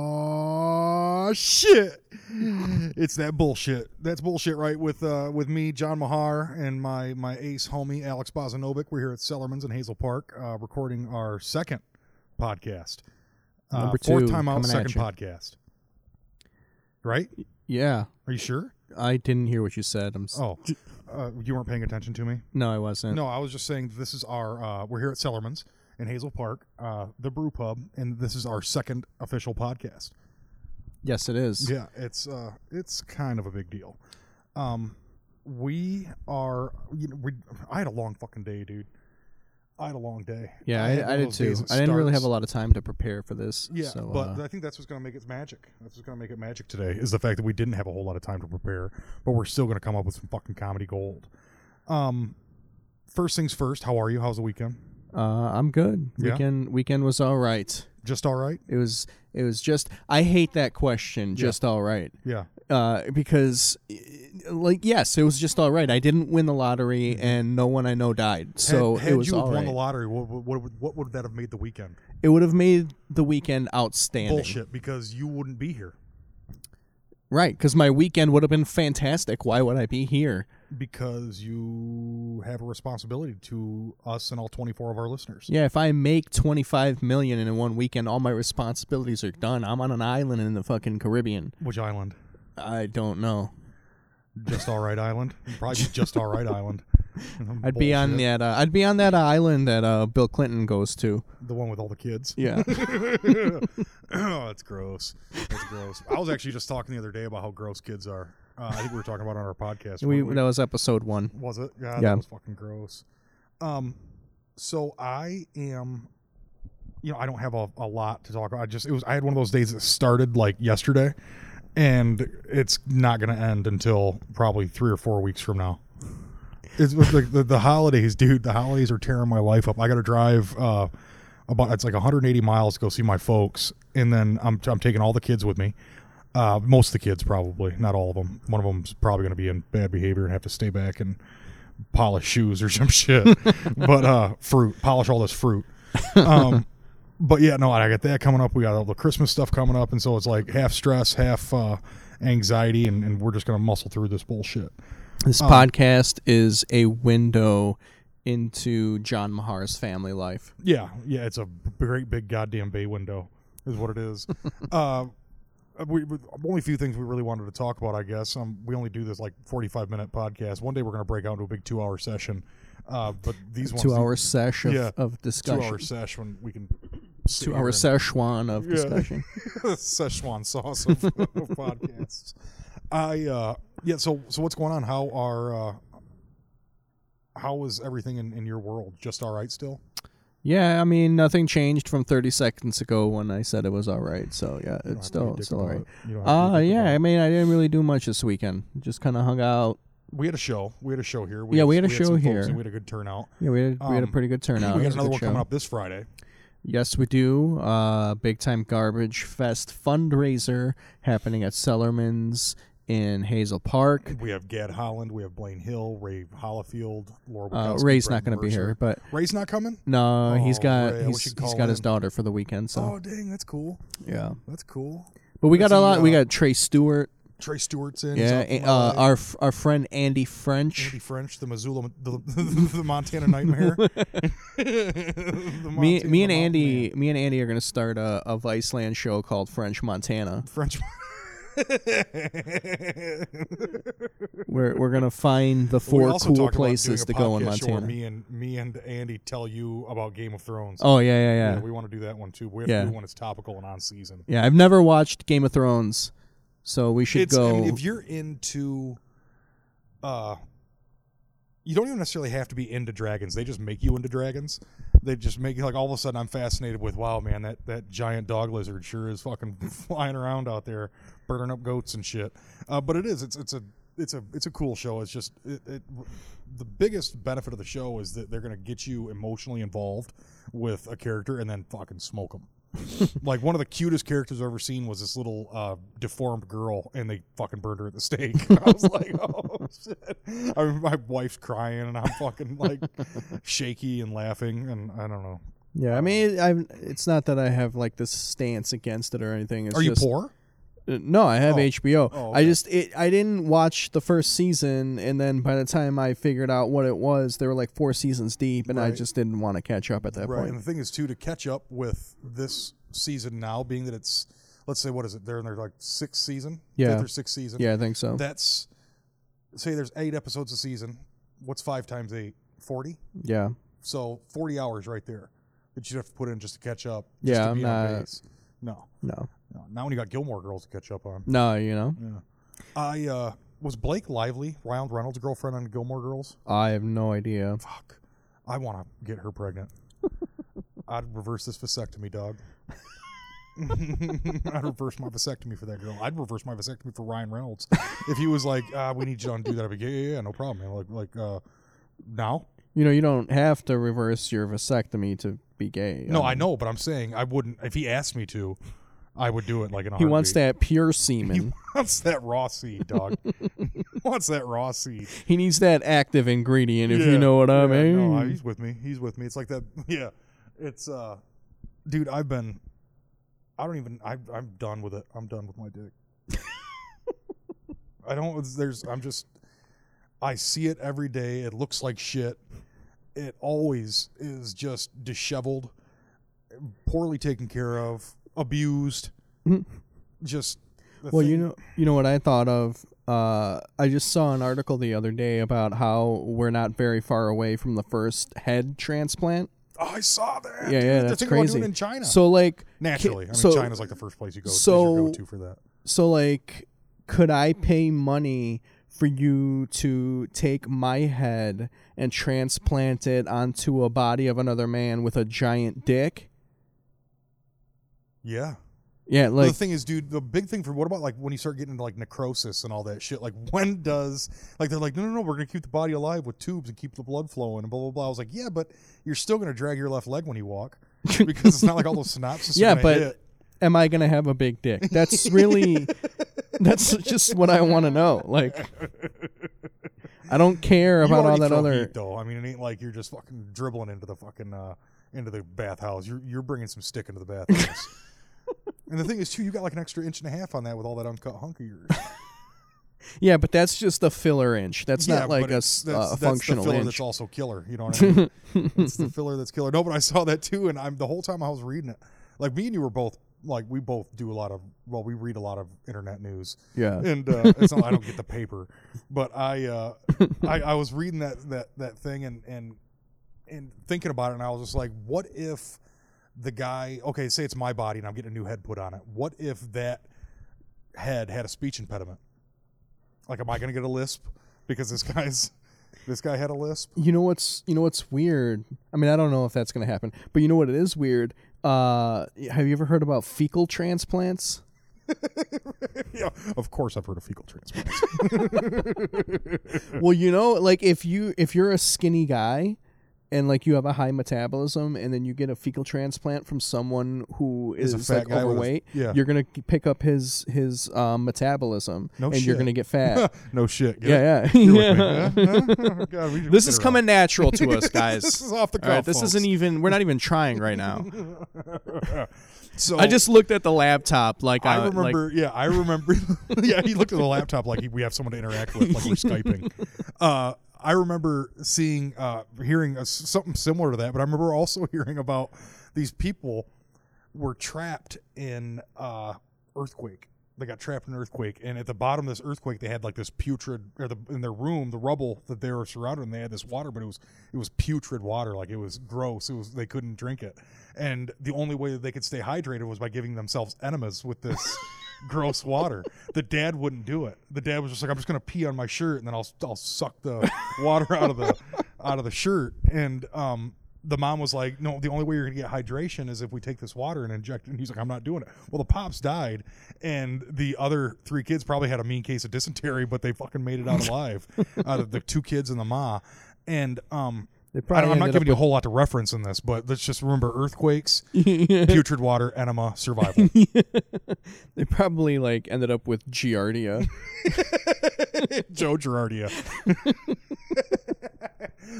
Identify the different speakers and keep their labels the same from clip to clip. Speaker 1: Oh shit! It's that bullshit. That's bullshit, right? With uh, with me, John Mahar, and my my ace homie Alex Bozanovic. We're here at Sellerman's in Hazel Park, uh, recording our second podcast. Uh,
Speaker 2: Number
Speaker 1: fourth
Speaker 2: two,
Speaker 1: time out,
Speaker 2: coming at
Speaker 1: second
Speaker 2: ya.
Speaker 1: podcast. Right?
Speaker 2: Yeah,
Speaker 1: Are you sure?
Speaker 2: I didn't hear what you said. I'm s-
Speaker 1: Oh, uh, you weren't paying attention to me.
Speaker 2: no, I wasn't.
Speaker 1: No, I was just saying this is our. Uh, we're here at Sellerman's in Hazel Park, uh, the Brew Pub, and this is our second official podcast.
Speaker 2: Yes, it is.
Speaker 1: Yeah, it's uh, it's kind of a big deal. Um, we are. You know, we. I had a long fucking day, dude. I had a long day.
Speaker 2: Yeah,
Speaker 1: had one
Speaker 2: I, I
Speaker 1: of
Speaker 2: did
Speaker 1: those
Speaker 2: too.
Speaker 1: days that
Speaker 2: I didn't really have a
Speaker 1: starts-
Speaker 2: lot of time to prepare for this.
Speaker 1: Yeah,
Speaker 2: so,
Speaker 1: but
Speaker 2: uh,
Speaker 1: I think that's what's going to make it magic. That's what's going to make it magic today is the fact that we didn't have a whole lot of time to prepare, but we're still going to come up with some fucking comedy gold. Um, first things first. How are you? How's the weekend?
Speaker 2: uh, I'm good.
Speaker 1: Yeah.
Speaker 2: Weekend weekend was all right.
Speaker 1: Just all right.
Speaker 2: It was it was just I hate that question. Just all right.
Speaker 1: Yeah.
Speaker 2: uh, because like yes, it was just all right. I didn't win the lottery, and no one I know died, so
Speaker 1: Mm-hmm. had, had
Speaker 2: it was
Speaker 1: you have
Speaker 2: all
Speaker 1: won the
Speaker 2: right.
Speaker 1: lottery, what, what, what, would- what would that have made the weekend?
Speaker 2: it would have made the weekend outstanding,
Speaker 1: Bullshit, because you wouldn't be here.
Speaker 2: right? Because my weekend would have been fantastic. Why would I be here?
Speaker 1: Because you have a responsibility to us and all 24 of our listeners.
Speaker 2: Yeah, if I make twenty five million in one weekend, all my responsibilities are done. I'm on an island in the fucking Caribbean.
Speaker 1: Which island?
Speaker 2: I don't know.
Speaker 1: Just All Right Island? Probably just All Right Island.
Speaker 2: I'd be on
Speaker 1: Bullshit.
Speaker 2: that. Uh, I'd be on that island that uh, Bill Clinton goes to.
Speaker 1: the one with all the kids.
Speaker 2: Yeah.
Speaker 1: oh, that's gross. That's gross. I was actually just talking the other day about how gross kids are. Uh, I think we were talking about it on our podcast.
Speaker 2: we
Speaker 1: weren't we?
Speaker 2: that was episode one.
Speaker 1: Was it? Yeah,
Speaker 2: Yeah.
Speaker 1: that was fucking gross. Um, so I am, you know, I don't have a, a lot to talk about. I just it was I had one of those days that started like yesterday, and it's not gonna end until probably three or four weeks from now. It's with the, the, the holidays, dude. The holidays are tearing my life up. I got to drive uh, about it's like 180 miles to go see my folks, and then I'm I'm taking all the kids with me. Uh, most of the kids probably, not all of them. One of them's probably going to be in bad behavior and have to stay back and polish shoes or some shit. but uh, fruit, polish all this fruit. Um, but yeah, no, I got that coming up. We got all the Christmas stuff coming up, and so it's like half stress, half uh, anxiety, and, and we're just going to muscle through this bullshit.
Speaker 2: This podcast is a window into John Mahar's family life.
Speaker 1: Yeah, yeah, it's a b- great big goddamn bay window, is what it is. uh, we, we only a few things we really wanted to talk about, I guess. Um, we only do this like forty-five minute podcast. One day we're going to break out into a big two-hour session. Uh, but these ones,
Speaker 2: Two hour sesh of,
Speaker 1: Yeah.
Speaker 2: of discussion.
Speaker 1: two-hour session, we can sit
Speaker 2: Two
Speaker 1: here
Speaker 2: hour
Speaker 1: and-
Speaker 2: szechuan of discussion.
Speaker 1: Szechuan sauce of, of podcasts. I uh yeah, so so what's going on? How are uh how is everything in, in your world? Just all right still?
Speaker 2: yeah, I mean nothing changed from thirty seconds ago when I said it was all right. So yeah, it's still it's still all right.
Speaker 1: Oh
Speaker 2: Uh yeah, I mean I didn't really do much this weekend. Just kinda hung out.
Speaker 1: we had a show. We had a show here. We
Speaker 2: Yeah, we had a show
Speaker 1: some folks
Speaker 2: here.
Speaker 1: and we had a good turnout.
Speaker 2: Yeah, we had we had a
Speaker 1: Um,
Speaker 2: pretty good turnout.
Speaker 1: we
Speaker 2: It
Speaker 1: got
Speaker 2: was a
Speaker 1: another
Speaker 2: good
Speaker 1: one
Speaker 2: show.
Speaker 1: coming up this Friday.
Speaker 2: Yes, we do. Uh, big time garbage fest fundraiser happening at Sellerman's in Hazel Park.
Speaker 1: We have Gad Holland, we have Blaine Hill, Ray Hollifield, Laura.
Speaker 2: Uh,
Speaker 1: Wachowski,
Speaker 2: Ray's
Speaker 1: Brett
Speaker 2: not going to be
Speaker 1: Mercer.
Speaker 2: here, but
Speaker 1: Ray's not coming.
Speaker 2: no, he's
Speaker 1: Oh,
Speaker 2: got
Speaker 1: Ray, I wish
Speaker 2: he's,
Speaker 1: you'd
Speaker 2: he's
Speaker 1: call
Speaker 2: got his
Speaker 1: in.
Speaker 2: daughter for the weekend. So
Speaker 1: Oh dang, that's cool.
Speaker 2: yeah,
Speaker 1: That's cool.
Speaker 2: but we got
Speaker 1: Is
Speaker 2: a
Speaker 1: he,
Speaker 2: lot. we
Speaker 1: uh,
Speaker 2: got Trey Stewart.
Speaker 1: Trey Stewart's in.
Speaker 2: Yeah,
Speaker 1: He's up
Speaker 2: and, uh,
Speaker 1: live.
Speaker 2: our f- our friend Andy French.
Speaker 1: Andy French, the Missoula, the, the, the Montana Nightmare. The
Speaker 2: Me,
Speaker 1: Montana
Speaker 2: me and
Speaker 1: Nightmare.
Speaker 2: Andy, me and Andy are going to start a, a Viceland show called French Montana.
Speaker 1: French.
Speaker 2: We're we're going to find the
Speaker 1: We
Speaker 2: four
Speaker 1: also
Speaker 2: cool
Speaker 1: talked about doing
Speaker 2: places
Speaker 1: a
Speaker 2: to go in
Speaker 1: podcast show where
Speaker 2: Montana.
Speaker 1: Me and me and Andy tell you about Game of Thrones.
Speaker 2: oh yeah, yeah, yeah.
Speaker 1: we want to do that one too. We have
Speaker 2: Yeah.
Speaker 1: to do one that's topical and on season.
Speaker 2: Yeah, I've never watched Game of Thrones, so we should
Speaker 1: It's
Speaker 2: go.
Speaker 1: I mean, if you're into, uh, you don't even necessarily have to be into dragons. They just make you into dragons. They just make you like all of a sudden I'm fascinated with wow man that that giant dog lizard sure is fucking flying around out there burning up goats and shit. Uh, but it is it's it's a it's a it's a cool show. It's just it, it the biggest benefit of the show is that they're gonna get you emotionally involved with a character and then fucking smoke them like one of the cutest characters I've ever seen was this little uh, deformed girl, and they fucking burned her at the stake. I was like, oh shit! I mean, my wife's crying, and I'm fucking like shaky and laughing, and I don't know.
Speaker 2: Yeah, I mean, I it's not that I have like this stance against it or anything. It's
Speaker 1: Are you
Speaker 2: just,
Speaker 1: poor?
Speaker 2: Uh, No, I have
Speaker 1: Oh.
Speaker 2: HBO.
Speaker 1: Oh,
Speaker 2: I
Speaker 1: okay.
Speaker 2: just it I didn't watch the first season, and then by the time I figured out what it was, they were like four seasons deep, and I
Speaker 1: Right.
Speaker 2: just didn't want to catch up at that
Speaker 1: Right. And
Speaker 2: point.
Speaker 1: the thing is too to catch up with this season now, being that it's let's say what is it? They're in their like sixth season,
Speaker 2: Yeah.
Speaker 1: fifth or sixth season.
Speaker 2: Yeah, I think so.
Speaker 1: That's say there's eight episodes a season. What's five times eight? Forty.
Speaker 2: yeah,
Speaker 1: So forty hours right there that you'd have to put in just to catch up. Just
Speaker 2: Yeah,
Speaker 1: to
Speaker 2: I'm
Speaker 1: be on
Speaker 2: not-
Speaker 1: base. No,
Speaker 2: no,
Speaker 1: no. Not when you got Gilmore Girls to catch up on.
Speaker 2: no, you know,
Speaker 1: I uh, was Blake Lively, Ryan Reynolds' girlfriend on Gilmore Girls.
Speaker 2: I have no idea.
Speaker 1: Fuck. I want to get her pregnant. I'd reverse this vasectomy, dog. I'd reverse my vasectomy for that girl. I'd reverse my vasectomy for Ryan Reynolds. If he was like, uh, we need you to undo that, I'd be like, yeah, yeah, yeah, no problem. man. Like, like uh, now?
Speaker 2: You know, you don't have to reverse your vasectomy to be gay. Um,
Speaker 1: No, I
Speaker 2: mean,
Speaker 1: know, but I'm saying I wouldn't. If he asked me to, I would do it like an
Speaker 2: He wants that pure semen.
Speaker 1: wants that raw seed, dog. He wants that raw seed.
Speaker 2: He needs that active ingredient, if
Speaker 1: Yeah,
Speaker 2: you know what I
Speaker 1: yeah,
Speaker 2: mean.
Speaker 1: no, I- he's with me. He's with me. It's like that. Yeah, it's uh, dude. I've been. I don't even. I, I'm done with it. I'm done with my dick. I don't. There's. I'm just. I see it every day. It looks like shit. It always is just disheveled, poorly taken care of, abused.
Speaker 2: Mhm.
Speaker 1: Just. the
Speaker 2: well, you
Speaker 1: thing-
Speaker 2: know, you know what I thought of. Uh, I just saw an article the other day about how we're not very far away from the first head transplant.
Speaker 1: Oh, I saw that.
Speaker 2: Yeah,
Speaker 1: dude.
Speaker 2: yeah,
Speaker 1: They're
Speaker 2: that's
Speaker 1: thinking about doing
Speaker 2: crazy.
Speaker 1: it in China.
Speaker 2: So like,
Speaker 1: Naturally, I mean,
Speaker 2: so-
Speaker 1: China's like the first place you go. is
Speaker 2: so-
Speaker 1: your go-to for that.
Speaker 2: so like, could I pay money for you to take my head and transplant it onto a body of another man with a giant dick?
Speaker 1: Yeah.
Speaker 2: Yeah, like
Speaker 1: the thing is, dude, the big thing for what about like when you start getting into like necrosis and all that shit? Like, when does like they're like, no, no, no, we're gonna keep the body alive with tubes and keep the blood flowing and blah blah blah. I was like, yeah, but you're still gonna drag your left leg when you walk because it's not like all those synapses. are
Speaker 2: Yeah,
Speaker 1: gonna
Speaker 2: but
Speaker 1: hit.
Speaker 2: am I gonna have a big dick? That's really that's just what I want to know. Like, I don't care
Speaker 1: You
Speaker 2: about all
Speaker 1: already
Speaker 2: that
Speaker 1: throw
Speaker 2: other.
Speaker 1: heat, though. I mean, it ain't like you're just fucking dribbling into the fucking uh into the bathhouse. You're you're bringing some stick into the bathhouse. and the thing is, too, you got like an extra inch and a half on that with all that uncut hunk of yours.
Speaker 2: Yeah, but that's just a filler inch. That's
Speaker 1: Yeah,
Speaker 2: not like
Speaker 1: but
Speaker 2: a,
Speaker 1: it's-
Speaker 2: s- uh,
Speaker 1: that's
Speaker 2: functional
Speaker 1: the filler
Speaker 2: inch.
Speaker 1: that's also killer. You know what I mean? it's the filler that's killer. No, but I saw that too, and I'm the whole time I was reading it. Like me and you were both like we both do a lot of well, we read a lot of internet news,
Speaker 2: yeah,
Speaker 1: and uh, it's not I don't get the paper, but I uh, I, I was reading that that that thing and and and thinking about it, and I was just like, what if the guy? Okay, say it's my body, and I'm getting a new head put on it. What if that head had a speech impediment? Like, am I going to get a lisp because this guy's this guy had a lisp?
Speaker 2: you know what's you know what's weird. I mean, I don't know if that's gonna happen, but you know what it is weird. Uh, have you ever heard about fecal transplants?
Speaker 1: yeah, of course I've heard of fecal transplant.
Speaker 2: well, you know, like if you if you're a skinny guy and like you have a high metabolism and then you get a fecal transplant from someone who
Speaker 1: Is
Speaker 2: is,
Speaker 1: a fat
Speaker 2: like
Speaker 1: guy with a-
Speaker 2: overweight,
Speaker 1: yeah.
Speaker 2: you're going to pick up his his um, metabolism
Speaker 1: No
Speaker 2: and you're
Speaker 1: shit.
Speaker 2: going to get fat.
Speaker 1: no shit. Get it?
Speaker 2: yeah, yeah.
Speaker 1: You're with me.
Speaker 2: yeah.
Speaker 1: Huh? God, we- we
Speaker 2: This
Speaker 1: did
Speaker 2: is
Speaker 1: it wrong.
Speaker 2: coming natural to us, guys.
Speaker 1: This is off the
Speaker 2: All right,
Speaker 1: cuff,
Speaker 2: this
Speaker 1: folks.
Speaker 2: isn't even. We're not even trying right now.
Speaker 1: So
Speaker 2: I just looked at the laptop, like
Speaker 1: I
Speaker 2: uh, like-
Speaker 1: remember, yeah, I remember. yeah, he looked at the laptop like he, we have someone to interact with, like we're skyping. Uh, I remember seeing, uh, hearing a, something similar to that, but I remember also hearing about these people were trapped in uh, earthquake. They got trapped in an earthquake, and at the bottom of this earthquake, they had like this putrid, or the, in their room, the rubble that they were surrounded, and they had this water, but it was it was putrid water, like it was gross. It was they couldn't drink it, and the only way that they could stay hydrated was by giving themselves enemas with this gross water. The dad wouldn't do it. The dad was just like, "I'm just gonna pee on my shirt, and then I'll I'll suck the water out of the out of the shirt." And um, the mom was like, "No, the only way you're gonna get hydration is if we take this water and inject it." And he's like, "I'm not doing it." Well, the pops died, and the other three kids probably had a mean case of dysentery, but they fucking made it out alive. out of the two kids and the ma, and um.
Speaker 2: They
Speaker 1: I
Speaker 2: probably
Speaker 1: don't, I'm not
Speaker 2: ended
Speaker 1: giving you a whole lot to reference in this, but let's just remember earthquakes, putrid water, enema, survival.
Speaker 2: they probably like ended up with giardia.
Speaker 1: Joe Girardia.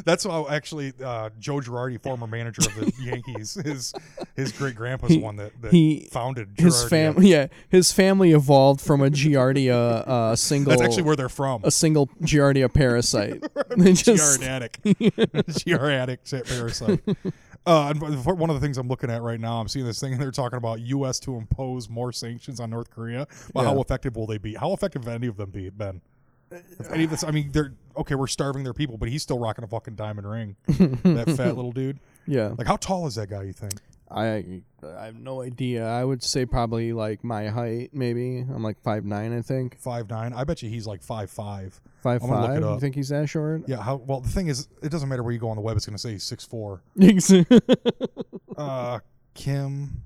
Speaker 1: That's how actually uh, Joe Girardi, former manager of the Yankees, his his great grandpa's
Speaker 2: He-
Speaker 1: the one that, that
Speaker 2: he-
Speaker 1: founded Girardi.
Speaker 2: His family, yeah, his family evolved from a Giardia uh, single,
Speaker 1: That's actually where they're from.
Speaker 2: a single Giardia parasite. They just
Speaker 1: Giardatic. Giardatic parasite. Uh, and f- one of the things I'm looking at right now, I'm seeing this thing, and they're talking about U.S. to impose more sanctions on North Korea. Well, how
Speaker 2: Yeah.
Speaker 1: effective will they be? How effective have any of them be, Ben? If any of this, I mean, they're okay. We're starving their people, but he's still rocking a fucking diamond ring. that fat little dude.
Speaker 2: yeah.
Speaker 1: Like, how tall is that guy? You think?
Speaker 2: I I have no idea. I would say probably like my height, maybe. I'm like five nine, I think.
Speaker 1: Five nine? I bet you he's like five five.
Speaker 2: Five
Speaker 1: I'm gonna look it
Speaker 2: five. You
Speaker 1: up.
Speaker 2: think he's that short?
Speaker 1: Yeah. How? Well, the thing is, it doesn't matter where you go on the web. It's going to say six four. Uh, Kim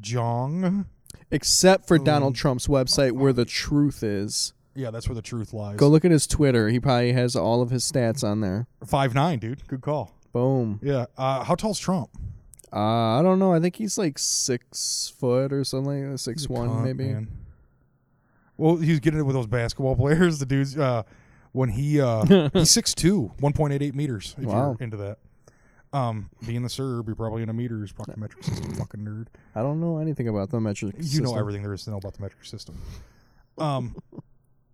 Speaker 1: Jong.
Speaker 2: Except
Speaker 1: Mm-hmm.
Speaker 2: for Donald Trump's website, where the truth is.
Speaker 1: Yeah, that's where the truth lies.
Speaker 2: Go look at his Twitter. He probably has all of his stats on there.
Speaker 1: Five nine, dude. Good call.
Speaker 2: Boom.
Speaker 1: Yeah. Uh, how tall's Trump?
Speaker 2: Uh, I don't know. I think he's like six foot or something, like six one
Speaker 1: Cunt,
Speaker 2: maybe.
Speaker 1: man. Well, he's getting it with those basketball players. The dudes. Uh, when he uh, he's six two, one point eight eight meters. If
Speaker 2: Wow.
Speaker 1: you're into that. Um, being the Serb, you're probably into meters, fucking metric system, fucking nerd.
Speaker 2: I don't know anything about the metric.
Speaker 1: You
Speaker 2: system.
Speaker 1: know everything there is to know about the metric system. Um,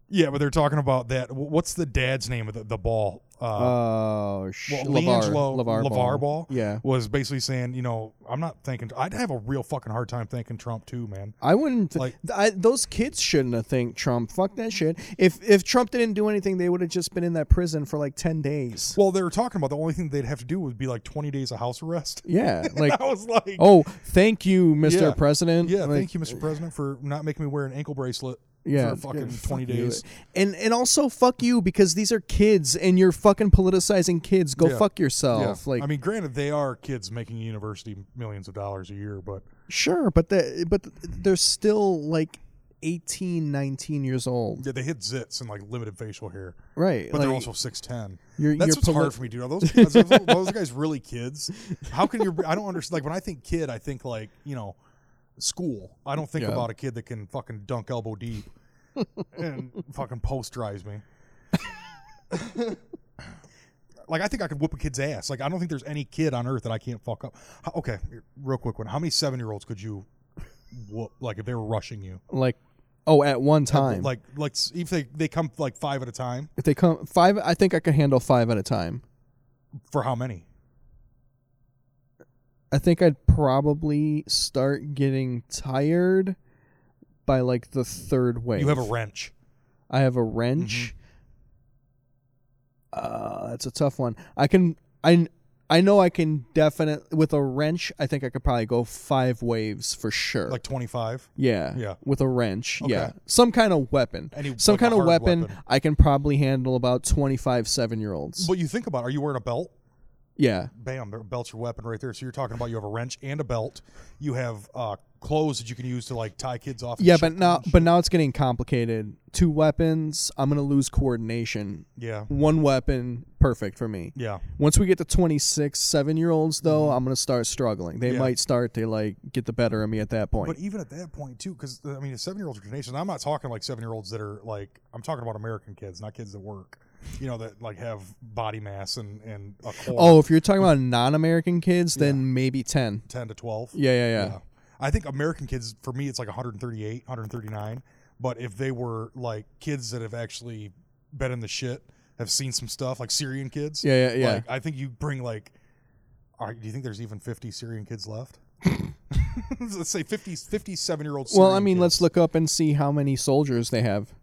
Speaker 1: yeah, but they're talking about that. wh- What's the dad's name of the, the ball? Uh,
Speaker 2: Oh, sh-
Speaker 1: well,
Speaker 2: Levar,
Speaker 1: LiAngelo
Speaker 2: Levar,
Speaker 1: LeVar Ball.
Speaker 2: Yeah,
Speaker 1: was basically saying, you know, I'm not thanking. I'd have a real fucking hard time thanking Trump too, man.
Speaker 2: I wouldn't.
Speaker 1: Like-
Speaker 2: Like, I, those kids shouldn't have thanked Trump. Fuck that shit. If if Trump didn't do anything, they would have just been in that prison for like ten days.
Speaker 1: Well, they were talking about the only thing they'd have to do would be like 20 days of house arrest.
Speaker 2: yeah, like
Speaker 1: I was like,
Speaker 2: oh, thank you, Mr.
Speaker 1: Yeah.
Speaker 2: President.
Speaker 1: yeah,
Speaker 2: Like,
Speaker 1: thank you, Mr. President, for not making me wear an ankle bracelet
Speaker 2: Yeah,
Speaker 1: for fucking 20
Speaker 2: yeah, fuck you.
Speaker 1: days.
Speaker 2: And and also fuck you because these are kids and you're fucking politicizing kids. Go
Speaker 1: Yeah.
Speaker 2: fuck yourself. Oh, Like
Speaker 1: I mean, granted, they are kids making university millions of dollars a year, but
Speaker 2: sure, but the, but they're still like 18, 19 years old.
Speaker 1: yeah, they hit zits and like limited facial hair.
Speaker 2: Right.
Speaker 1: But
Speaker 2: like,
Speaker 1: they're also 6'10.
Speaker 2: you're,
Speaker 1: That's
Speaker 2: you're
Speaker 1: what's
Speaker 2: poli-
Speaker 1: hard for me, dude. Are those, are those, are those guys really kids? How can you? I don't understand. Like when I think kid, I think like you know, school. I don't think
Speaker 2: Yeah.
Speaker 1: about a kid that can fucking dunk elbow deep and fucking post drives me. like I think I could whoop a kid's ass. Like I don't think there's any kid on earth that I can't fuck up. How- Okay, real quick one. How many seven year olds could you whoop? Like if they were rushing you,
Speaker 2: like oh, at one time.
Speaker 1: like like if they they come like five at a time
Speaker 2: If they come five, I think I could handle five at a time.
Speaker 1: for how many?
Speaker 2: I think I'd probably start getting tired by like the third wave.
Speaker 1: You have a wrench.
Speaker 2: I have a wrench.
Speaker 1: Mm-hmm.
Speaker 2: Uh, that's a tough one. I can I I know I can definitely with a wrench. I think I could probably go five waves for sure.
Speaker 1: Like twenty five.
Speaker 2: yeah,
Speaker 1: yeah.
Speaker 2: with a wrench. Yeah,
Speaker 1: Okay.
Speaker 2: some kind of weapon.
Speaker 1: Any-
Speaker 2: some
Speaker 1: like a
Speaker 2: kind of
Speaker 1: hard
Speaker 2: weapon,
Speaker 1: weapon.
Speaker 2: I can probably handle about 25 seven year olds.
Speaker 1: But you think about, it, are you wearing a belt?
Speaker 2: yeah,
Speaker 1: Bam, there- belt's your weapon right there. So you're talking about you have a wrench and a belt. You have uh, clothes that you can use to like tie kids off. and
Speaker 2: yeah,
Speaker 1: shit.
Speaker 2: but now but now it's getting complicated. Two weapons, I'm gonna lose coordination.
Speaker 1: yeah,
Speaker 2: One weapon, perfect for me.
Speaker 1: yeah,
Speaker 2: Once we get to 26, 7 year olds, though, I'm going to start struggling. They
Speaker 1: Yeah.
Speaker 2: might start to like get the better of me at that point.
Speaker 1: but even at that point too, because I mean, seven year olds are tenacious. I'm not talking like seven year olds that are like I'm talking about American kids, not kids that work. You know that like have body mass and and a core.
Speaker 2: oh, if you're talking about non American kids, then maybe 10.
Speaker 1: ten to twelve.
Speaker 2: Yeah, yeah, yeah.
Speaker 1: I think American kids for me it's like 138, 139. But if they were like kids that have actually been in the shit, have seen some stuff, like Syrian kids.
Speaker 2: Yeah, yeah, yeah.
Speaker 1: Like I think you bring like all right, do you think there's even 50 Syrian kids left? let's say 50 57-year-old Syrian
Speaker 2: well, I mean,
Speaker 1: kids.
Speaker 2: let's look up and see how many soldiers they have.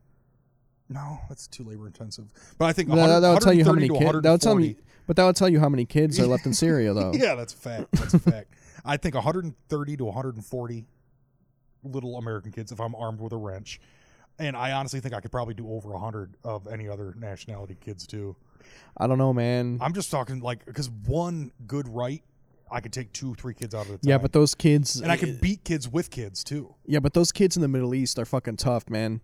Speaker 1: No, that's too labor intensive. But I think
Speaker 2: That, that, that'll tell you how many kids.
Speaker 1: kids.
Speaker 2: That'll tell me, but that'll tell you how many kids are left in Syria, though.
Speaker 1: Yeah, that's a fact. That's a fact. I think 130 to 140 little American kids if I'm armed with a wrench. And I honestly think I could probably do over 100 of any other nationality kids too.
Speaker 2: I don't know, man.
Speaker 1: I'm just talking like because one good right, I could take two, three kids out of the time.
Speaker 2: yeah, but those kids.
Speaker 1: and I could beat kids with kids too.
Speaker 2: Yeah, but those kids in the Middle East are fucking tough, man.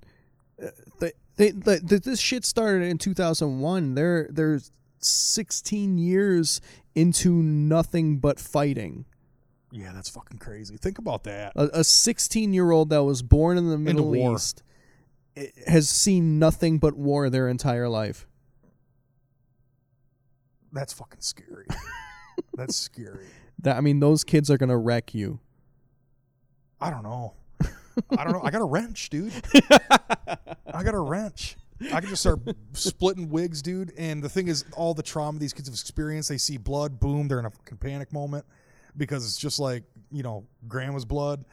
Speaker 2: Uh, They, they, they, th this shit started in 2001. They're they're 16 years into nothing but fighting.
Speaker 1: Yeah, that's fucking crazy. Think about that.
Speaker 2: A, a 16 year old that was born in the Middle
Speaker 1: war.
Speaker 2: East eh, i- has seen nothing but war their entire life.
Speaker 1: That's fucking scary. That's scary.
Speaker 2: That I mean, those kids are gonna wreck you.
Speaker 1: I don't know. I don't know. I got a wrench, dude. I got a wrench. I can just start splitting wigs, dude. And the thing is, all the trauma these kids have experienced, they see blood, boom, they're in a fucking panic moment because it's just like, you know, grandma's blood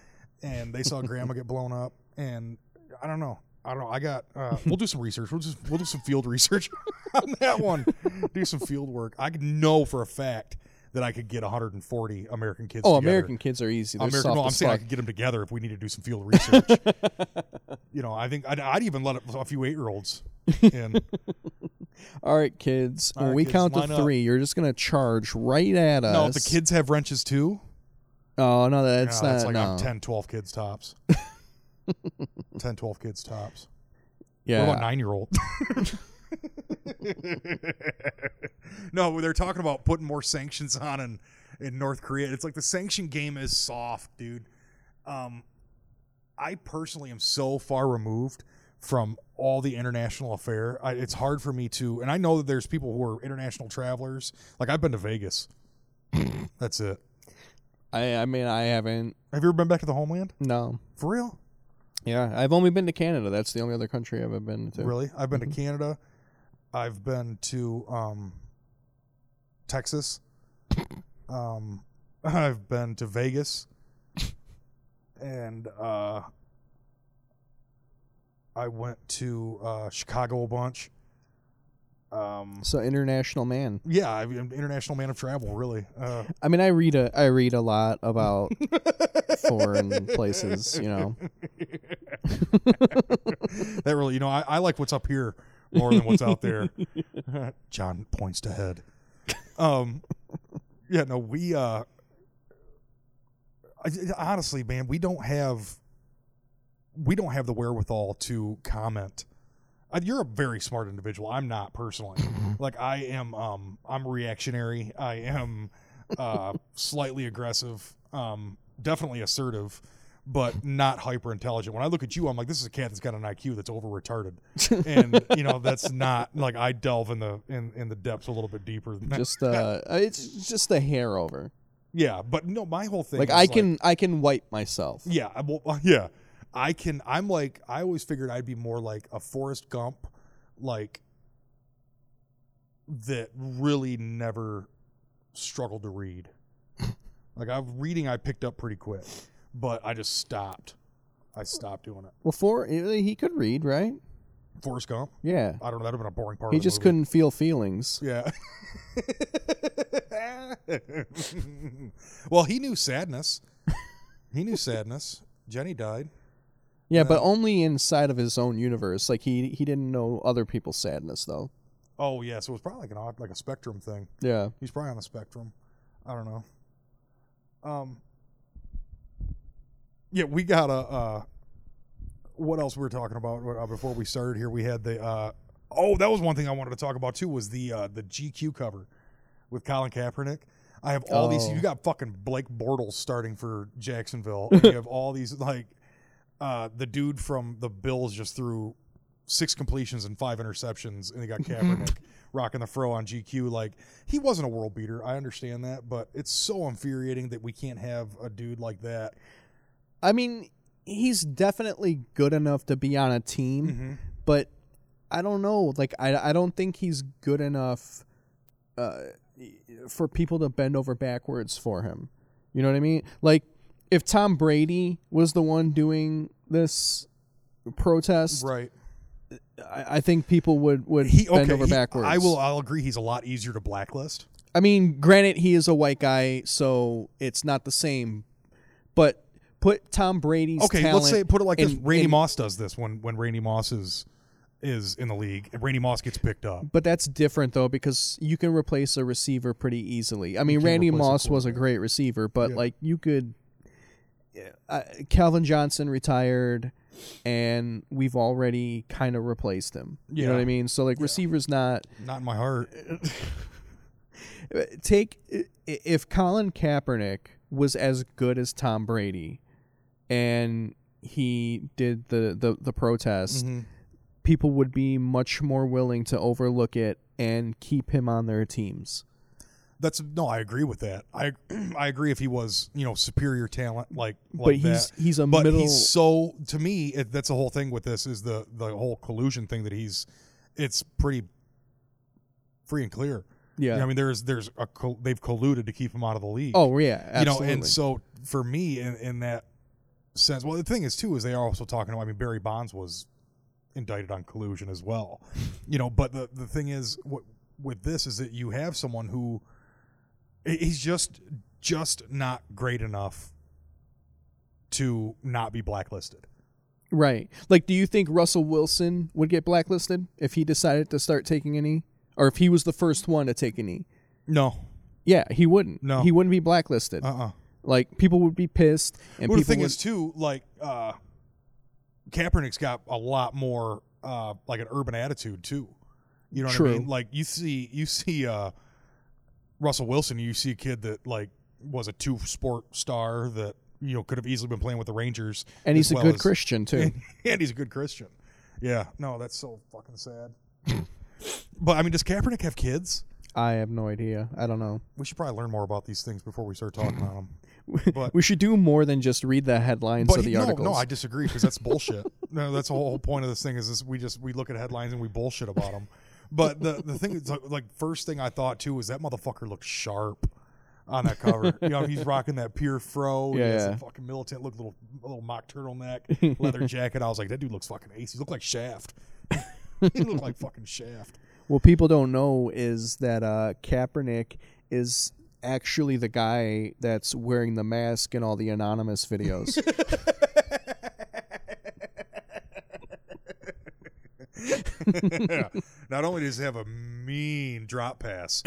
Speaker 1: and they saw grandma get blown up. And I don't know. I don't know. I got, uh, we'll do some research. We'll just, we'll do some field research on that one. Do some field work. I could know for a fact that I could get 140 American kids
Speaker 2: Oh,
Speaker 1: together.
Speaker 2: American kids are easy. They're
Speaker 1: American,
Speaker 2: soft
Speaker 1: no, I'm
Speaker 2: as
Speaker 1: saying I
Speaker 2: fuck.
Speaker 1: could get them together if we need to do some field research. you know, I think I'd, I'd even let a few eight year olds in.
Speaker 2: Uh, All right, kids.
Speaker 1: All
Speaker 2: when
Speaker 1: right,
Speaker 2: we
Speaker 1: kids,
Speaker 2: count to
Speaker 1: line up.
Speaker 2: three, you're just gonna charge right at us.
Speaker 1: no, if the kids have wrenches too,
Speaker 2: Oh no, that's
Speaker 1: it's that's
Speaker 2: not.
Speaker 1: like
Speaker 2: no.
Speaker 1: I'm 10, 12 kids tops. 10, 12 kids tops.
Speaker 2: yeah.
Speaker 1: What about nine year old? no, they're talking about putting more sanctions on in, in North Korea. It's like the sanction game is soft, dude. Um, I personally am so far removed from all the international affair. I, it's hard for me to, and I know that there's people who are international travelers. Like I've been to Vegas. That's it.
Speaker 2: I I mean, I haven't.
Speaker 1: Have you ever been back to the homeland?
Speaker 2: No.
Speaker 1: For real?
Speaker 2: Yeah, I've only been to Canada. That's the only other country I've ever been to.
Speaker 1: Really? I've been to
Speaker 2: Mm-hmm.
Speaker 1: Canada. I've been to um, Texas. um, I've been to Vegas. And uh, I went to uh, Chicago a bunch. Um,
Speaker 2: So international man.
Speaker 1: yeah, I'm an international man of travel, really. Uh,
Speaker 2: I mean, I read a I read a lot about foreign places. You know.
Speaker 1: that really, you know, I, I like what's up here more than what's out there. John points to head. Um, yeah, no, we, uh, I, honestly, man, we don't have, we don't have the wherewithal to comment. Uh, You're a very smart individual. I'm not personally. like I am, um, I'm reactionary. I am uh, slightly aggressive, um, definitely assertive, but not hyper intelligent. When I look at you, I'm like, this is a cat that's got an IQ that's over retarded, and you know that's not like I delve in the in, in the depths a little bit deeper than that.
Speaker 2: Just uh, it's just a hair over.
Speaker 1: yeah, but no, my whole thing.
Speaker 2: Like
Speaker 1: is
Speaker 2: I can I can wipe myself.
Speaker 1: Yeah, I- well, yeah. I can. I'm like. I always figured I'd be more like a Forrest Gump, like that really never struggled to read. like I'm reading, I picked up pretty quick, but I just stopped. I stopped doing it.
Speaker 2: Well, for he could read, right?
Speaker 1: Forrest Gump.
Speaker 2: Yeah.
Speaker 1: I don't know. That'd have been a boring part.
Speaker 2: He
Speaker 1: of the
Speaker 2: just
Speaker 1: movie.
Speaker 2: couldn't feel feelings.
Speaker 1: Yeah. well, he knew sadness. He knew sadness. Jenny died.
Speaker 2: Yeah, but only inside of his own universe. Like he he didn't know other people's sadness though.
Speaker 1: Oh yeah, so it was probably like an odd, like a spectrum thing.
Speaker 2: Yeah.
Speaker 1: He's probably on the spectrum. I don't know. Um. Yeah, we got a. Uh, what else we were talking about uh, before we started here? We had the. Uh, oh, that was one thing I wanted to talk about too. Was the uh, the GQ cover with Colin Kaepernick. I have all these.
Speaker 2: Oh.
Speaker 1: You got fucking Blake Bortles starting for Jacksonville. And you have all these like uh, the dude from the Bills just threw six completions and five interceptions, and they got Kaepernick rocking the fro on GQ. Like he wasn't a world beater. I understand that, but it's so infuriating that we can't have a dude like that.
Speaker 2: I mean, he's definitely good enough to be on a team,
Speaker 1: Hmm.
Speaker 2: but I don't know. Like, I, I don't think he's good enough uh, for people to bend over backwards for him. You know what I mean? Like, if Tom Brady was the one doing this protest,
Speaker 1: Right.
Speaker 2: I, I think people would would
Speaker 1: He okay.
Speaker 2: bend over
Speaker 1: he-
Speaker 2: backwards.
Speaker 1: I will. I'll agree. He's a lot easier to blacklist.
Speaker 2: I mean, granted, he is a white guy, so it's not the same, but. Put Tom Brady's
Speaker 1: Okay.
Speaker 2: talent
Speaker 1: let's say put it like this.
Speaker 2: in-
Speaker 1: Randy
Speaker 2: in-
Speaker 1: Moss does this when when Randy Moss is is in the league. and Randy Moss gets picked up.
Speaker 2: But that's different though because you can replace a receiver pretty easily. I mean,
Speaker 1: can
Speaker 2: Randy
Speaker 1: replace a
Speaker 2: Moss was a great receiver, but
Speaker 1: Yeah.
Speaker 2: like you could. Uh, Calvin Johnson retired, and we've already kind of replaced him. You know
Speaker 1: Yeah.
Speaker 2: what I mean? So like, receivers not
Speaker 1: Not in my heart.
Speaker 2: uh, take i- if Colin Kaepernick was as good as Tom Brady, and he did the the the protest,
Speaker 1: Mhm.
Speaker 2: people would be much more willing to overlook it and keep him on their teams.
Speaker 1: That's no, I agree with that. I I agree if he was you know superior talent like like
Speaker 2: but he's
Speaker 1: that.
Speaker 2: he's a
Speaker 1: but
Speaker 2: middle.
Speaker 1: he's so to me it, that's the whole thing with this is the the whole collusion thing that he's it's pretty free and clear.
Speaker 2: yeah.
Speaker 1: I mean there's there's a col- they've colluded to keep him out of the league.
Speaker 2: oh yeah. Absolutely.
Speaker 1: you know, and so for me in in that sense, well the thing is too is they are also talking about. I mean Barry Bonds was indicted on collusion as well. You know, but the the thing is what with this is that you have someone who he- he's just just not great enough to not be blacklisted.
Speaker 2: right. Like, do you think Russell Wilson would get blacklisted if he decided to start taking a knee, or if he was the first one to take a knee?
Speaker 1: No.
Speaker 2: Yeah, he wouldn't.
Speaker 1: No.
Speaker 2: he wouldn't be blacklisted.
Speaker 1: Uh-uh.
Speaker 2: like people would be pissed, and
Speaker 1: Well, the
Speaker 2: people
Speaker 1: thing
Speaker 2: would,
Speaker 1: is too, like uh Kaepernick's got a lot more uh like an urban attitude too. You know what I
Speaker 2: True.
Speaker 1: mean? Like you see you see uh Russell Wilson, you see a kid that like was a two sport star that you know could have easily been playing with the Rangers.
Speaker 2: and he's
Speaker 1: as
Speaker 2: a
Speaker 1: well
Speaker 2: good
Speaker 1: as-
Speaker 2: Christian too.
Speaker 1: And, and he's a good Christian. Yeah. No, that's so fucking sad. but I mean, does Kaepernick have kids?
Speaker 2: I have no idea. I don't know.
Speaker 1: We should probably learn more about these things before we start talking on them. But-
Speaker 2: we should do more than just read the headlines
Speaker 1: Uh, But
Speaker 2: of
Speaker 1: he-
Speaker 2: the
Speaker 1: no,
Speaker 2: articles.
Speaker 1: no, I disagree because that's bullshit. no, that's the whole point of this thing is this, we just we look at headlines and we bullshit about them. But the the thing is like, like first thing I thought too was that motherfucker looked sharp on that cover. you know, he's rocking that pure fro. he has
Speaker 2: Yeah.
Speaker 1: a fucking militant look, little little mock turtleneck, leather jacket. I was like, that dude looks fucking ace. He looked like Shaft. he looked like fucking Shaft.
Speaker 2: What people don't know is that uh, Kaepernick is actually the guy that's wearing the mask in all the anonymous videos.
Speaker 1: E Not only does he have a mean drop pass,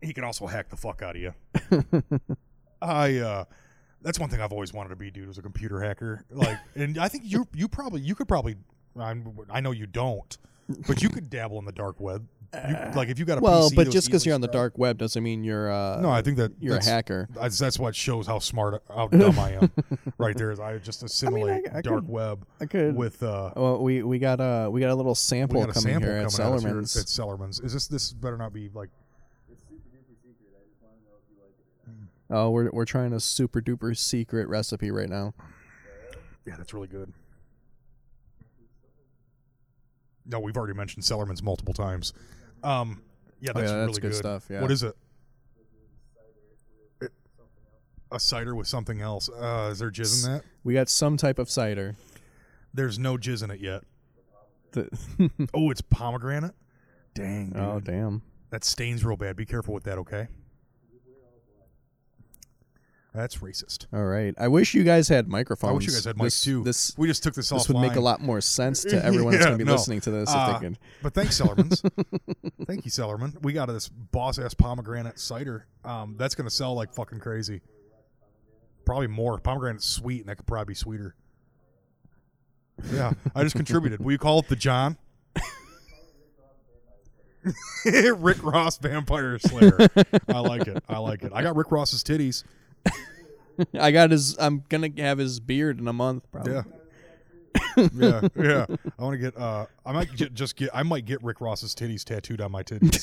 Speaker 1: he can also hack the fuck out of you. I uh that's one thing I've always wanted to be, dude, was a computer hacker. Like and I think you you probably you could probably I'm, I know you don't, but you could dabble in the dark web. You, like if you got a
Speaker 2: Uh, well,
Speaker 1: PC
Speaker 2: but
Speaker 1: that was
Speaker 2: just because you're on
Speaker 1: easily
Speaker 2: the dark web doesn't mean you're uh,
Speaker 1: No, I think that
Speaker 2: you're a
Speaker 1: that's-
Speaker 2: hacker.
Speaker 1: That's, that's what shows how smart, how dumb I am. right there is I just assimilate
Speaker 2: I
Speaker 1: dark
Speaker 2: could-
Speaker 1: web
Speaker 2: I could.
Speaker 1: with uh,
Speaker 2: well, we we got a we got a little sample
Speaker 1: we got a
Speaker 2: coming
Speaker 1: sample
Speaker 2: here at
Speaker 1: coming out of here
Speaker 2: Sellerman's.
Speaker 1: at Sellerman's. Is this this better not be like
Speaker 2: Oh, we're we're trying a super duper secret recipe right now.
Speaker 1: Yeah, that's really good. No, we've already mentioned Sellerman's multiple times. Um, yeah,
Speaker 2: Oh,
Speaker 1: that's
Speaker 2: yeah,
Speaker 1: really
Speaker 2: that's good stuff, yeah.
Speaker 1: What is it? It- A cider with something else. Uh, is there jizz in that?
Speaker 2: We got some type of cider.
Speaker 1: There's no jizz in it yet.
Speaker 2: The-
Speaker 1: Oh, it's pomegranate. Dang, dude.
Speaker 2: oh damn.
Speaker 1: that stains real bad. Be careful with that, okay? That's racist.
Speaker 2: All right. I wish you guys had microphones.
Speaker 1: I wish you guys had mics
Speaker 2: This-
Speaker 1: too.
Speaker 2: This
Speaker 1: we just took this,
Speaker 2: this would make a
Speaker 1: offline.
Speaker 2: lot more sense to everyone that's
Speaker 1: Yeah,
Speaker 2: going to be
Speaker 1: no.
Speaker 2: listening to this.
Speaker 1: Uh,
Speaker 2: if they can.
Speaker 1: But thanks, Sellerman's. Thank you, Sellerman. We got this boss ass pomegranate cider. Um, that's gonna sell like fucking crazy. Probably more. Pomegranate's sweet, and that could probably be sweeter. Yeah, I just contributed. Will you call it the John? Rick Ross Vampire Slayer. I like it. I like it. I got Rick Ross's titties.
Speaker 2: I got his. I'm gonna have his beard in a month. Probably.
Speaker 1: Yeah. yeah, yeah. I want to get. Uh, I might get, just get. I might get Rick Ross's titties tattooed on my titties.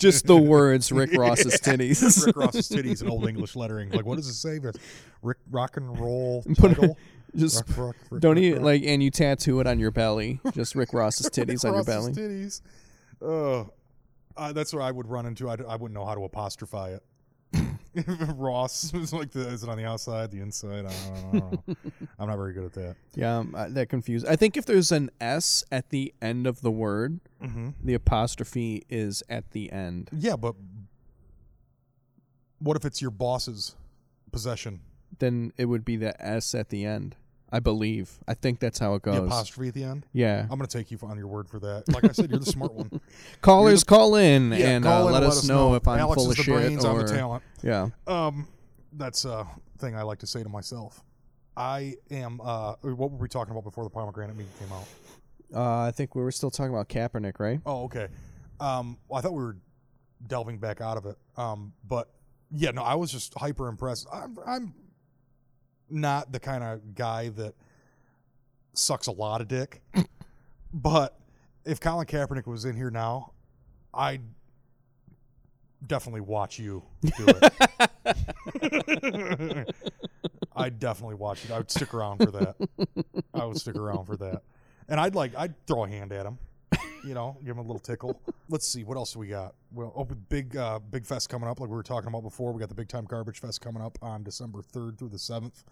Speaker 2: Just the words Rick Ross's titties.
Speaker 1: Rick Ross's titties in old English lettering. Like, what does it say? There's Rick rock and roll
Speaker 2: Put-
Speaker 1: title.
Speaker 2: Just
Speaker 1: Rock, rock, Rick,
Speaker 2: don't
Speaker 1: rock,
Speaker 2: even
Speaker 1: rock.
Speaker 2: like, and you tattoo it on your belly. Just Rick Ross's titties on your
Speaker 1: Ross's
Speaker 2: belly.
Speaker 1: Titties. Oh, uh, that's what I would run into. I'd, I wouldn't know how to apostrophe it. Ross is like the is it on the outside, the inside? I don't know. I don't know. I'm not very good at that.
Speaker 2: Yeah, I'm, uh, that confused. I think if there's an S at the end of the word,
Speaker 1: Mm-hmm.
Speaker 2: the apostrophe is at the end.
Speaker 1: Yeah, but what if it's your boss's possession?
Speaker 2: Then it would be the S at the end. I believe. I think that's how it
Speaker 1: The
Speaker 2: goes.
Speaker 1: apostrophe at the end.
Speaker 2: yeah.
Speaker 1: I'm gonna take you on your word for that. Like I said, you're the smart one.
Speaker 2: Callers, call in
Speaker 1: Yeah,
Speaker 2: and
Speaker 1: call
Speaker 2: uh,
Speaker 1: in
Speaker 2: let, us know, if I'm
Speaker 1: Alex
Speaker 2: full
Speaker 1: is
Speaker 2: of
Speaker 1: the
Speaker 2: shit
Speaker 1: brains,
Speaker 2: or
Speaker 1: I'm the talent.
Speaker 2: yeah.
Speaker 1: Um, that's a thing I like to say to myself. I am. Uh, what were we talking about before the pomegranate meeting came out?
Speaker 2: Uh, I think we were still talking about Kaepernick, right?
Speaker 1: Oh, okay. Um, well, I thought we were delving back out of it. Um, but yeah, no, I was just hyper impressed. I'm, I'm not the kind of guy that sucks a lot of dick, but if Colin Kaepernick was in here now, I definitely watch you do it. I definitely watch it. I would stick around for that. I would stick around for that. And I'd like I'd throw a hand at him. You know, give him a little tickle. Let's see what else do we got. Well, oh, big uh, big fest coming up, like we were talking about before. We got the big time garbage fest coming up on December third through the seventh.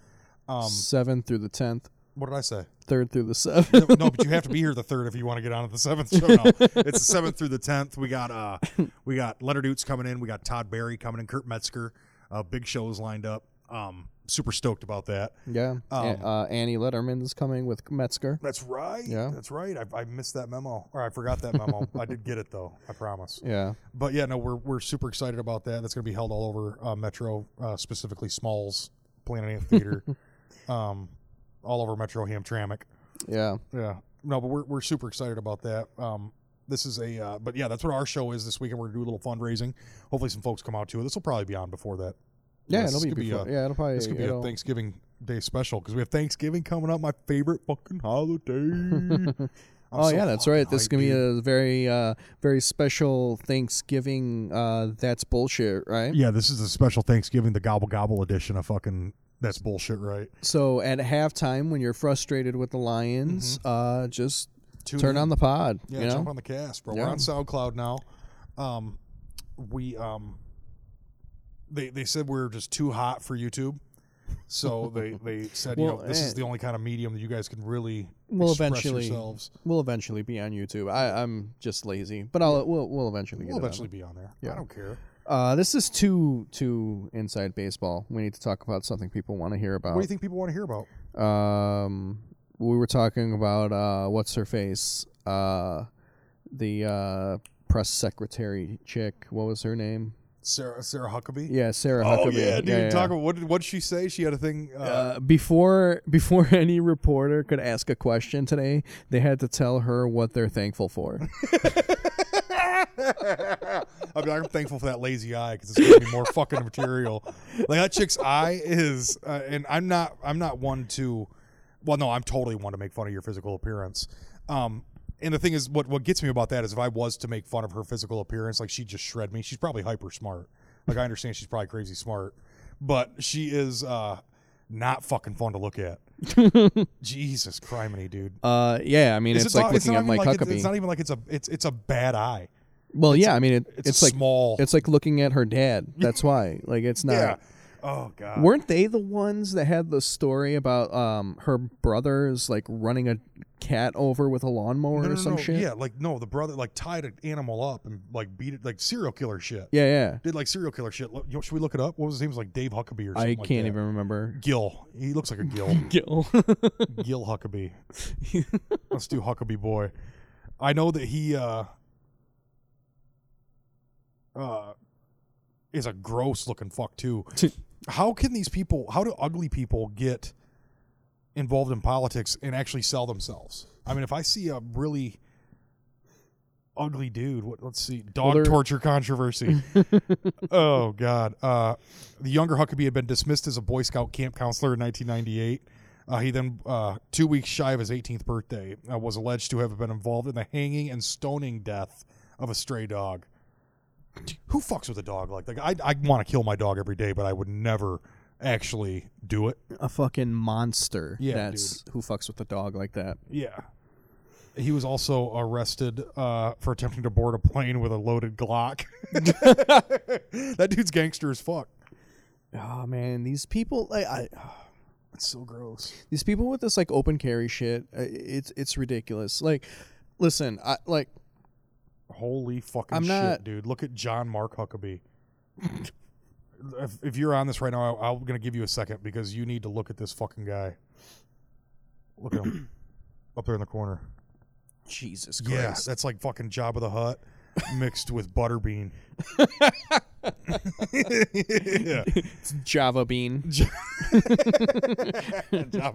Speaker 1: Um,
Speaker 2: Seventh through the tenth,
Speaker 1: what did I say?
Speaker 2: third through the seventh.
Speaker 1: no, no, but you have to be here the third if you want to get on at the seventh show. No, it's the seventh through the tenth. We got uh, we got Leonard Oots coming in. We got Todd Barry coming in. Kurt Metzger, uh, big shows lined up. Um, super stoked about that.
Speaker 2: Yeah. A-
Speaker 1: Um,
Speaker 2: uh, Annie Letterman's coming with Metzger.
Speaker 1: That's right.
Speaker 2: Yeah.
Speaker 1: that's right. I, I missed that memo, or I forgot that memo. I did get it though. I promise.
Speaker 2: Yeah.
Speaker 1: But yeah, no, we're we're super excited about that. That's going to be held all over uh, Metro, uh, specifically Smalls Planet Amphitheater, um, all over Metro Hamtramck.
Speaker 2: Yeah.
Speaker 1: Yeah. No, but we're we're super excited about that. Um, this is a uh, but yeah, that's what our show is this weekend. We're gonna do a little fundraising. Hopefully, some folks come out to it. This will probably be on before that.
Speaker 2: Yeah,
Speaker 1: This
Speaker 2: it'll be,
Speaker 1: could be
Speaker 2: before.
Speaker 1: a-
Speaker 2: yeah, it'll probably
Speaker 1: This could be a
Speaker 2: it'll-
Speaker 1: Thanksgiving Day special because we have Thanksgiving coming up. My favorite fucking holiday. I'm
Speaker 2: Oh
Speaker 1: so
Speaker 2: yeah, that's
Speaker 1: fucking
Speaker 2: right. This is
Speaker 1: hyped,
Speaker 2: gonna be
Speaker 1: dude.
Speaker 2: a very, uh, very special Thanksgiving. Uh, that's bullshit, right?
Speaker 1: yeah. This is a special Thanksgiving, the gobble gobble edition of fucking. That's bullshit, right?
Speaker 2: So at halftime, when you're frustrated with the Lions, uh, just
Speaker 1: Mm-hmm. Tune
Speaker 2: turn
Speaker 1: in.
Speaker 2: on the pod.
Speaker 1: Yeah,
Speaker 2: you know,
Speaker 1: jump on the cast, bro. We're
Speaker 2: Yeah.
Speaker 1: on SoundCloud now. Um, we um, they they said we were just too hot for YouTube, so they they said you
Speaker 2: Well,
Speaker 1: know this
Speaker 2: eh.
Speaker 1: is the only kind of medium that you guys can really
Speaker 2: Well,
Speaker 1: express
Speaker 2: eventually-
Speaker 1: yourselves.
Speaker 2: we'll eventually be on YouTube. I, I'm just lazy, but I'll we'll, we'll eventually get
Speaker 1: We'll
Speaker 2: it on.
Speaker 1: eventually be on there. I
Speaker 2: Yeah.
Speaker 1: don't care.
Speaker 2: Uh, this is too too inside baseball. We need to talk about something people want to hear about.
Speaker 1: What do you think people want to hear about?
Speaker 2: Um, we were talking about uh, what's her face, uh, the uh, press secretary chick. What was her name?
Speaker 1: Sarah Sarah Huckabee.
Speaker 2: Yeah, Sarah
Speaker 1: Oh
Speaker 2: Huckabee.
Speaker 1: yeah, dude.
Speaker 2: yeah.
Speaker 1: Talk about what did what did she say? She had a thing. Uh,
Speaker 2: Uh, before before any reporter could ask a question today, they had to tell her what they're thankful for.
Speaker 1: I mean, I'm thankful for that lazy eye because it's gonna be more fucking material. Like that chick's eye is, uh, and I'm not, I'm not one to, well, no, I'm totally one to make fun of your physical appearance. Um, and the thing is, what what gets me about that is if I was to make fun of her physical appearance, like she'd just shred me. She's probably hyper smart. Like I understand she's probably crazy smart, but she is uh, not fucking fun to look at. Jesus criminy, dude.
Speaker 2: Uh, yeah, I mean it's,
Speaker 1: it
Speaker 2: like
Speaker 1: not-
Speaker 2: looking
Speaker 1: not
Speaker 2: at
Speaker 1: even
Speaker 2: Mike
Speaker 1: like it's,
Speaker 2: Huckabee.
Speaker 1: it's not even like it's a it's it's a bad eye.
Speaker 2: well, yeah, I mean it,
Speaker 1: It's,
Speaker 2: it's,
Speaker 1: a
Speaker 2: like
Speaker 1: small.
Speaker 2: it's like looking at her dad. That's why, like, it's not.
Speaker 1: yeah. Oh god.
Speaker 2: Weren't they the ones that had the story about um her brothers like running a cat over with a lawnmower
Speaker 1: No, no,
Speaker 2: or
Speaker 1: no,
Speaker 2: some
Speaker 1: no.
Speaker 2: shit?
Speaker 1: Yeah, like no, the brother like tied an animal up and like beat it like serial killer shit.
Speaker 2: yeah, yeah.
Speaker 1: Did like serial killer shit. Look, you know, should we look it up? What was his name? It was like Dave Huckabee or something.
Speaker 2: I
Speaker 1: like
Speaker 2: can't
Speaker 1: that.
Speaker 2: even remember.
Speaker 1: Gil. He looks like a Gil.
Speaker 2: Gil.
Speaker 1: Gil Huckabee. Let's do Huckabee boy. I know that he uh uh is a gross looking fuck too. how can these people how do ugly people get involved in politics and actually sell themselves? I mean if I see a really ugly dude, what let's see, dog
Speaker 2: they're-
Speaker 1: torture controversy. oh god. Uh the younger Huckabee had been dismissed as a Boy Scout camp counselor in 1998. Uh, he then, uh, two weeks shy of his 18th birthday, uh, was alleged to have been involved in the hanging and stoning death of a stray dog. Who fucks with a dog like that? I, I want to kill my dog every day, but I would never actually do it.
Speaker 2: a fucking monster.
Speaker 1: Yeah,
Speaker 2: that's who fucks with the dog like that.
Speaker 1: Yeah. He was also arrested uh, for attempting to board a plane with a loaded Glock. that dude's gangster as fuck.
Speaker 2: Oh man, these people like I,
Speaker 1: That's so gross.
Speaker 2: these people with this like open carry shit, uh, it's it's ridiculous. Like, listen, I like
Speaker 1: Holy fucking
Speaker 2: I'm
Speaker 1: shit,
Speaker 2: not-
Speaker 1: dude. Look at John Mark Huckabee. if, if you're on this right now, I, I'm going to give you a second because you need to look at this fucking guy. Look at him up there in the corner.
Speaker 2: Jesus
Speaker 1: Yeah,
Speaker 2: Christ.
Speaker 1: that's like fucking Job of the Hut mixed with Butterbean. yeah.
Speaker 2: It's Java bean.
Speaker 1: Job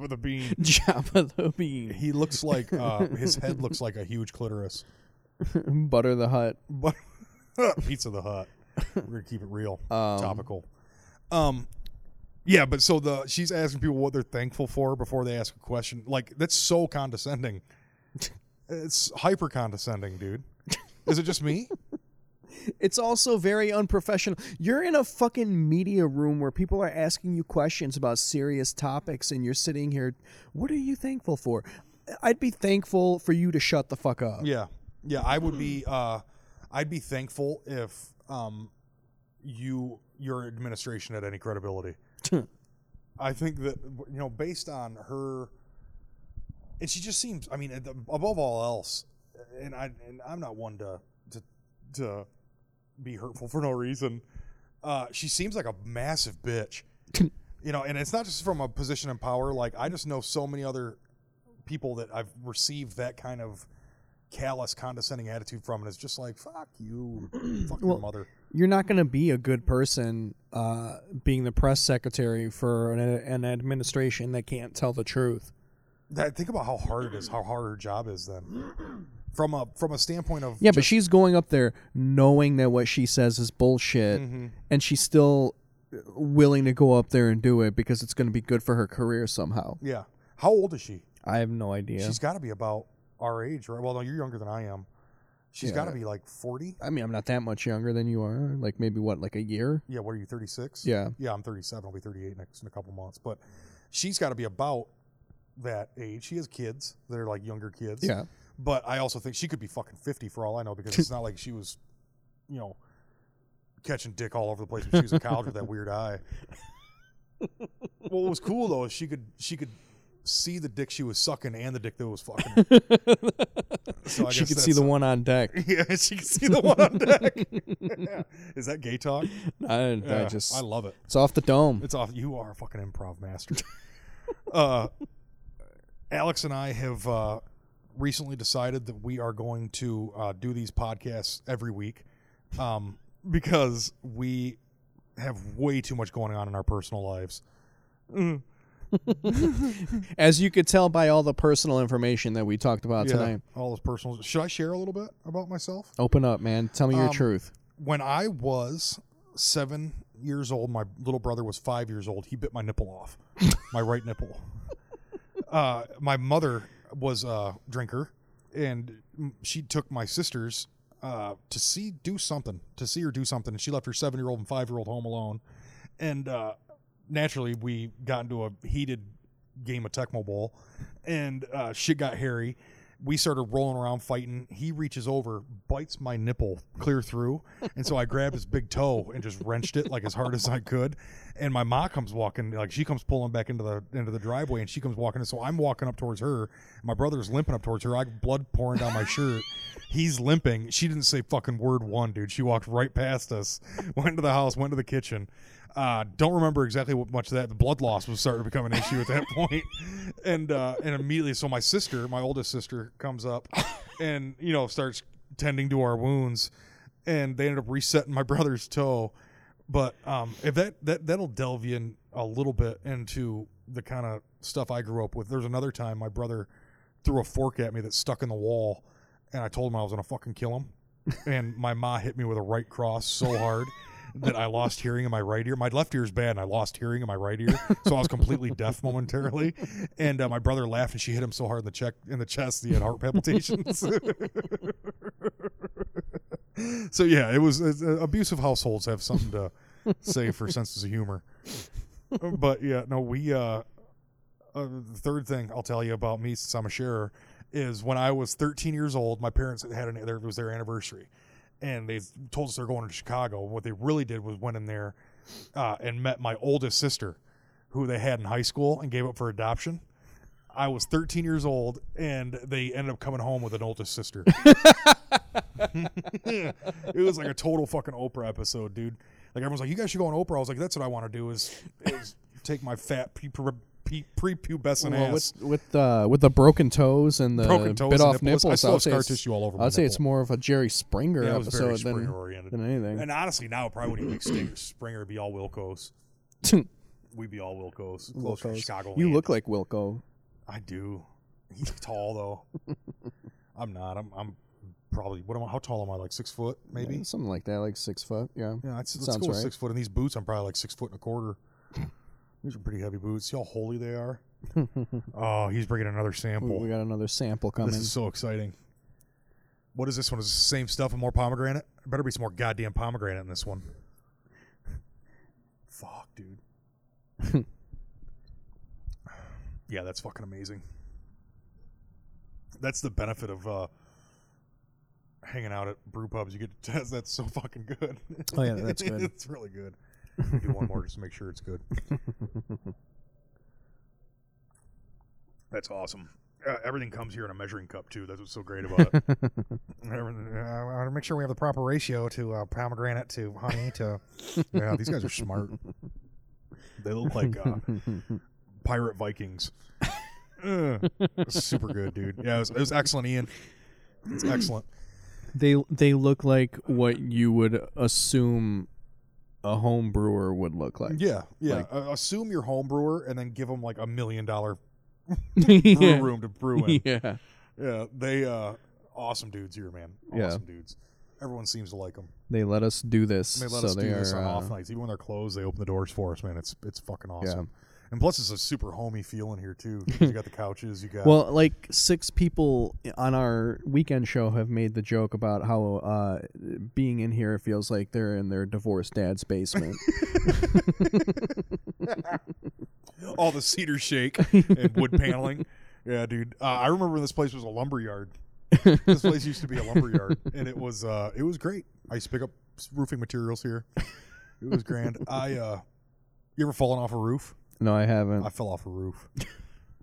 Speaker 1: of the Bean.
Speaker 2: Java the bean.
Speaker 1: He looks like uh, his head looks like a huge clitoris.
Speaker 2: Butter the hut.
Speaker 1: But Pizza the Hut. We're gonna keep it real,
Speaker 2: Um,
Speaker 1: topical. Um, yeah, but so the she's asking people what they're thankful for before they ask a question. Like that's so condescending. It's hyper condescending, dude. Is it just me?
Speaker 2: It's also very unprofessional. You're in a fucking media room where people are asking you questions about serious topics, and you're sitting here. What are you thankful for? I'd be thankful for you to shut the fuck up.
Speaker 1: Yeah. Yeah, I would be uh I'd be thankful if um you your administration had any credibility. I think that you know based on her and she just seems I mean at the- above all else and I and I'm not one to to to be hurtful for no reason. Uh she seems like a massive bitch. you know, and it's not just from a position of power like I just know so many other people that I've received that kind of callous, condescending attitude from, and it's just like, fuck you, fuck your mother.
Speaker 2: You're not going to be a good person uh, being the press secretary for an, an administration that can't tell the truth.
Speaker 1: That, think about how hard it is, how hard her job is. Then, from a from a standpoint of
Speaker 2: Yeah, but she's going up there knowing that what she says is bullshit,
Speaker 1: mm-hmm,
Speaker 2: and she's still willing to go up there and do it because it's going to be good for her career somehow.
Speaker 1: yeah, how old is she?
Speaker 2: I have no idea.
Speaker 1: She's got to be about our age, right? Well, no, you're younger than I am. She's got to be like forty.
Speaker 2: I mean, I'm not that much younger than you are. Like maybe what, like a year?
Speaker 1: Yeah, what are you, 36?
Speaker 2: Yeah.
Speaker 1: Yeah, I'm 37. I'll be 38 next in a couple months. But she's got to be about that age. She has kids. They're like younger kids.
Speaker 2: Yeah.
Speaker 1: But I also think she could be fucking 50 for all I know because it's not like she was, you know, catching dick all over the place when she was in college with that weird eye. what was cool though is she could she could see the dick she was sucking and the dick that was fucking. her. so I
Speaker 2: she
Speaker 1: guess
Speaker 2: could see
Speaker 1: that's-
Speaker 2: the one on deck.
Speaker 1: Yeah, she could see the one on deck. Is that gay talk?
Speaker 2: I, I
Speaker 1: Yeah,
Speaker 2: just
Speaker 1: I love it.
Speaker 2: it's off the dome.
Speaker 1: It's off. You are a fucking improv master. uh, Alex and I have uh, recently decided that we are going to uh, do these podcasts every week um, because we have way too much going on in our personal lives.
Speaker 2: As you could tell by all the personal information that we talked about tonight.
Speaker 1: all those personal. Should I share a little bit about myself?
Speaker 2: Open up, man. Tell me your
Speaker 1: Um,
Speaker 2: truth.
Speaker 1: When I was seven years old, my little brother was five years old. He bit my nipple off, my right nipple. uh, my mother was a drinker, and m- she took my sisters uh, to see do something, to see her do something, and she left her seven year old and five year old home alone. And uh, naturally, we got into a heated game of Tecmo Bowl, and uh, shit got hairy. We started rolling around fighting. He reaches over, bites my nipple clear through, and so I grabbed his big toe and just wrenched it like as hard as I could. And my ma comes walking, like she comes pulling back into the into the driveway, and she comes walking. And so I'm walking up towards her. My brother's limping up towards her. I blood pouring down my shirt. He's limping. She didn't say fucking word one, dude. She walked right past us, went to the house, went to the kitchen. Uh, don't remember exactly what much of that. The blood loss was starting to become an issue at that point, and uh, and immediately, so my sister, my oldest sister, comes up, and you know starts tending to our wounds, and they ended up resetting my brother's toe. But um, if that that that'll delve you in a little bit into the kind of stuff I grew up with. There's another time my brother threw a fork at me that stuck in the wall, and I told him I was gonna fucking kill him. and my ma hit me with a right cross so hard that I lost hearing in my right ear. My left ear is bad, and I lost hearing in my right ear, so I was completely deaf momentarily. And uh, my brother laughed, and she hit him so hard in the check in the chest, he had heart palpitations. so yeah, it was uh, abusive households have something to say for senses of humor. But yeah, no, we. Uh, uh, the third thing I'll tell you about me since I'm a sharer is when I was 13 years old, my parents had an their, it was their anniversary, and they told us they're going to Chicago. What they really did was went in there uh, and met my oldest sister, who they had in high school and gave up for adoption. I was 13 years old, and they ended up coming home with an oldest sister. it was like a total fucking Oprah episode, dude. Like everyone's like, "You guys should go on Oprah." I was like, "That's what I want to do is, is take my fat pre- pre- pre- prepubescent
Speaker 2: Well,
Speaker 1: ass."
Speaker 2: with with uh, with the broken toes and the
Speaker 1: Broken toes
Speaker 2: bit
Speaker 1: and
Speaker 2: off
Speaker 1: nipples.
Speaker 2: nipples,
Speaker 1: I still
Speaker 2: would
Speaker 1: have
Speaker 2: say
Speaker 1: scar
Speaker 2: it's-
Speaker 1: tissue all over my
Speaker 2: I'd say it's
Speaker 1: nipple.
Speaker 2: more of a Jerry Springer
Speaker 1: Yeah, it was very
Speaker 2: episode
Speaker 1: Springer
Speaker 2: than,
Speaker 1: oriented.
Speaker 2: than anything.
Speaker 1: And honestly, now it probably wouldn't even be Stinger. Springer would be all Wilco's. We'd be all Wilco's. Close to
Speaker 2: Wilco's.
Speaker 1: Chicago.
Speaker 2: You look like Wilco.
Speaker 1: I do. He's tall though. I'm not. I'm. I'm probably. What am I? How tall am I? Like six foot, maybe.
Speaker 2: Yeah, something like that, like six foot. Yeah.
Speaker 1: Yeah, that's, let's
Speaker 2: Sounds
Speaker 1: go with
Speaker 2: right.
Speaker 1: six foot. In these boots, I'm probably like six foot and a quarter. These are pretty heavy boots. See how holy they are. oh, he's bringing another
Speaker 2: We,
Speaker 1: sample.
Speaker 2: we got another sample coming.
Speaker 1: This is so exciting. What is this one? Is this the same stuff and more pomegranate? Better be some more goddamn pomegranate in this one. Fuck, dude. yeah, that's fucking amazing. That's the benefit of uh, hanging out at brew pubs. You get to test. That's so fucking good.
Speaker 2: Oh, yeah, that's good.
Speaker 1: it's really good. Do one more just to make sure it's good. That's awesome. Uh, everything comes here in a measuring cup too. That's what's so great about it. Everything- uh, I want to make sure we have the proper ratio to uh, pomegranate to honey to. Yeah, these guys are smart. They look like uh, pirate Vikings. Ugh. super good, dude. Yeah, it was, it was excellent, Ian. It's excellent.
Speaker 2: They they look like what you would assume a home brewer would look like.
Speaker 1: Yeah, yeah.
Speaker 2: Like-
Speaker 1: uh, assume you're home brewer and then give them like a million dollar brew
Speaker 2: yeah.
Speaker 1: room to brew in.
Speaker 2: Yeah.
Speaker 1: Yeah, they uh awesome dudes here, man.
Speaker 2: Yeah.
Speaker 1: Awesome dudes. Everyone seems to like them.
Speaker 2: They let us do this.
Speaker 1: They let
Speaker 2: so
Speaker 1: us do
Speaker 2: they
Speaker 1: this
Speaker 2: are,
Speaker 1: on
Speaker 2: uh,
Speaker 1: off nights, even when they're closed. They open the doors for us, man. It's it's fucking awesome. And plus, it's a super homey feeling here too. 'cause You got the couches. You got
Speaker 2: Well, like six people on our weekend show have made the joke about how uh, being in here feels like they're in their divorced dad's basement.
Speaker 1: all the cedar shake and wood paneling. Yeah, dude. Uh, I remember when this place was a lumber yard. this place used to be a lumber yard, and it was uh, it was great. I used to pick up roofing materials here. It was grand. I uh, you ever fallen off a roof?
Speaker 2: no, I haven't.
Speaker 1: I fell off a roof.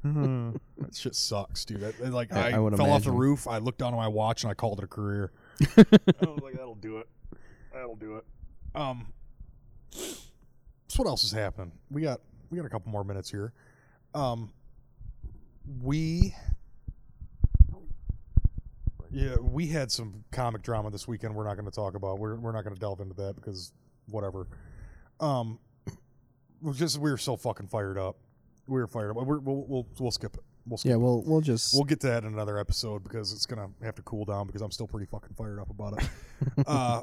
Speaker 1: Hmm. that shit sucks, dude. I- I, like
Speaker 2: I-
Speaker 1: I,
Speaker 2: I would
Speaker 1: fell off the
Speaker 2: imagine.
Speaker 1: roof. I looked down at my watch and I called it a career. I was like, that'll do it. That'll do it. Um, so what else is happening? We got we got a couple more minutes here. Um, we yeah we had some comic drama this weekend. We're not going to talk about. We're we're not going to delve into that because whatever. Um, we're just we were so fucking fired up. We were fired up. We're, we'll, we'll we'll skip it. We'll skip
Speaker 2: yeah, well, we'll just
Speaker 1: We'll get to that in another episode because it's gonna have to cool down because I'm still pretty fucking fired up about it. uh,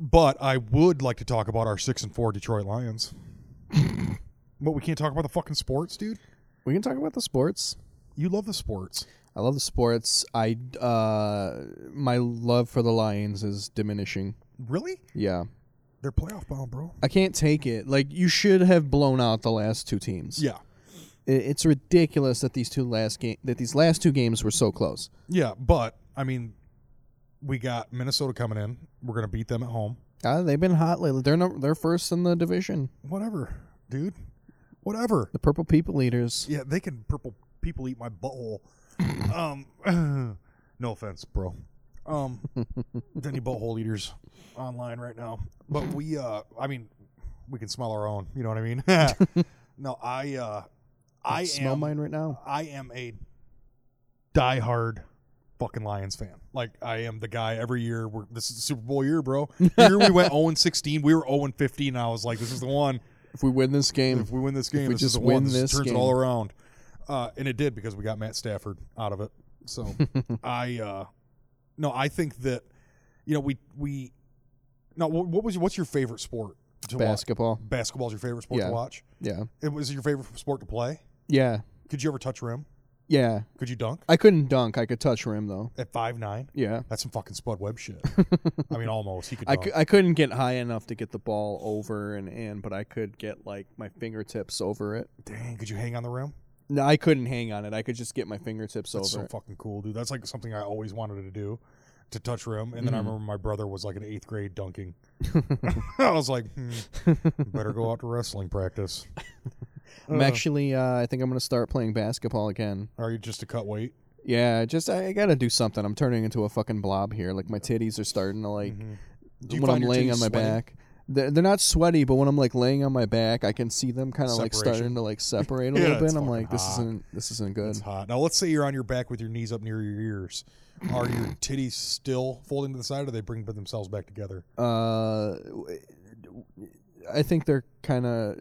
Speaker 1: but I would like to talk about our six and four Detroit Lions. but we can't talk about the fucking sports, dude.
Speaker 2: we can talk about the sports.
Speaker 1: You love the sports.
Speaker 2: I love the sports. I uh, my love for the Lions is diminishing.
Speaker 1: Really?
Speaker 2: Yeah,
Speaker 1: They're playoff bound, bro.
Speaker 2: I can't take it. Like you should have blown out the last two teams.
Speaker 1: Yeah.
Speaker 2: I- it's ridiculous that these two last game that these last two games were so close.
Speaker 1: Yeah, but I mean we got Minnesota coming in. We're gonna beat them at home.
Speaker 2: Uh, they've been hot lately. They're no, they're first in the division.
Speaker 1: Whatever, dude. Whatever.
Speaker 2: The Purple People Eaters.
Speaker 1: Yeah, they can purple people eat my butthole. um, no offense, bro. Um, to any butthole eaters online right now, but we, uh, I mean, we can smell our own. You know what I mean? no, I, uh, I
Speaker 2: smell
Speaker 1: am,
Speaker 2: mine right now.
Speaker 1: I am a diehard fucking Lions fan. Like I am the guy every year. We're, this is the Super Bowl year, bro. The year we went 0 16, we were 0 15. I was like, this is the one
Speaker 2: If we win this game,
Speaker 1: if we win this game,
Speaker 2: we
Speaker 1: this is
Speaker 2: just
Speaker 1: the one.
Speaker 2: win
Speaker 1: This,
Speaker 2: this
Speaker 1: turns
Speaker 2: game.
Speaker 1: it all around. Uh, and it did because we got Matt Stafford out of it. So I, uh, no, I think that you know we we no. What, what was what's your favorite sport to
Speaker 2: basketball.
Speaker 1: watch? Basketball's your favorite sport
Speaker 2: Yeah.
Speaker 1: to watch.
Speaker 2: Yeah,
Speaker 1: It was your favorite sport to play.
Speaker 2: yeah,
Speaker 1: Could you ever touch rim?
Speaker 2: yeah.
Speaker 1: Could you dunk
Speaker 2: I couldn't dunk. I could touch rim though.
Speaker 1: at five nine?
Speaker 2: Yeah.
Speaker 1: That's some fucking Spud Webb shit. I mean, almost he could.
Speaker 2: I,
Speaker 1: Dunk.
Speaker 2: cou- I couldn't get high enough to get the ball over and in, but I could get like my fingertips over it.
Speaker 1: Dang, could you hang on the rim?
Speaker 2: No, I couldn't hang on it. I could just get my fingertips
Speaker 1: That's so
Speaker 2: over. it.
Speaker 1: fucking cool, dude. That's like something I always wanted to do, to touch rim. And then I
Speaker 2: Mhm.
Speaker 1: remember my brother was like in eighth grade dunking. I was like, hmm, better go out to wrestling practice.
Speaker 2: I'm
Speaker 1: Uh,
Speaker 2: actually, uh, I think I'm gonna start playing basketball again.
Speaker 1: Are you just to cut weight?
Speaker 2: Yeah, just I, I gotta do something. I'm turning into a fucking blob here. Like my titties are starting to like
Speaker 1: Mhm. Do you
Speaker 2: when I'm
Speaker 1: find your
Speaker 2: laying
Speaker 1: titties
Speaker 2: on my
Speaker 1: sweaty?
Speaker 2: back. They're, they're not sweaty, but when I'm like laying on my back, I can see them kind of like
Speaker 1: Separation.
Speaker 2: starting to like separate a
Speaker 1: Yeah,
Speaker 2: little
Speaker 1: it's
Speaker 2: bit. I'm
Speaker 1: fucking
Speaker 2: like, this
Speaker 1: hot.
Speaker 2: isn't this isn't good.
Speaker 1: It's hot. Now let's say you're on your back with your knees up near your ears. Are your titties still folding to the side, or they bring themselves back together?
Speaker 2: uh, I think they're kind of.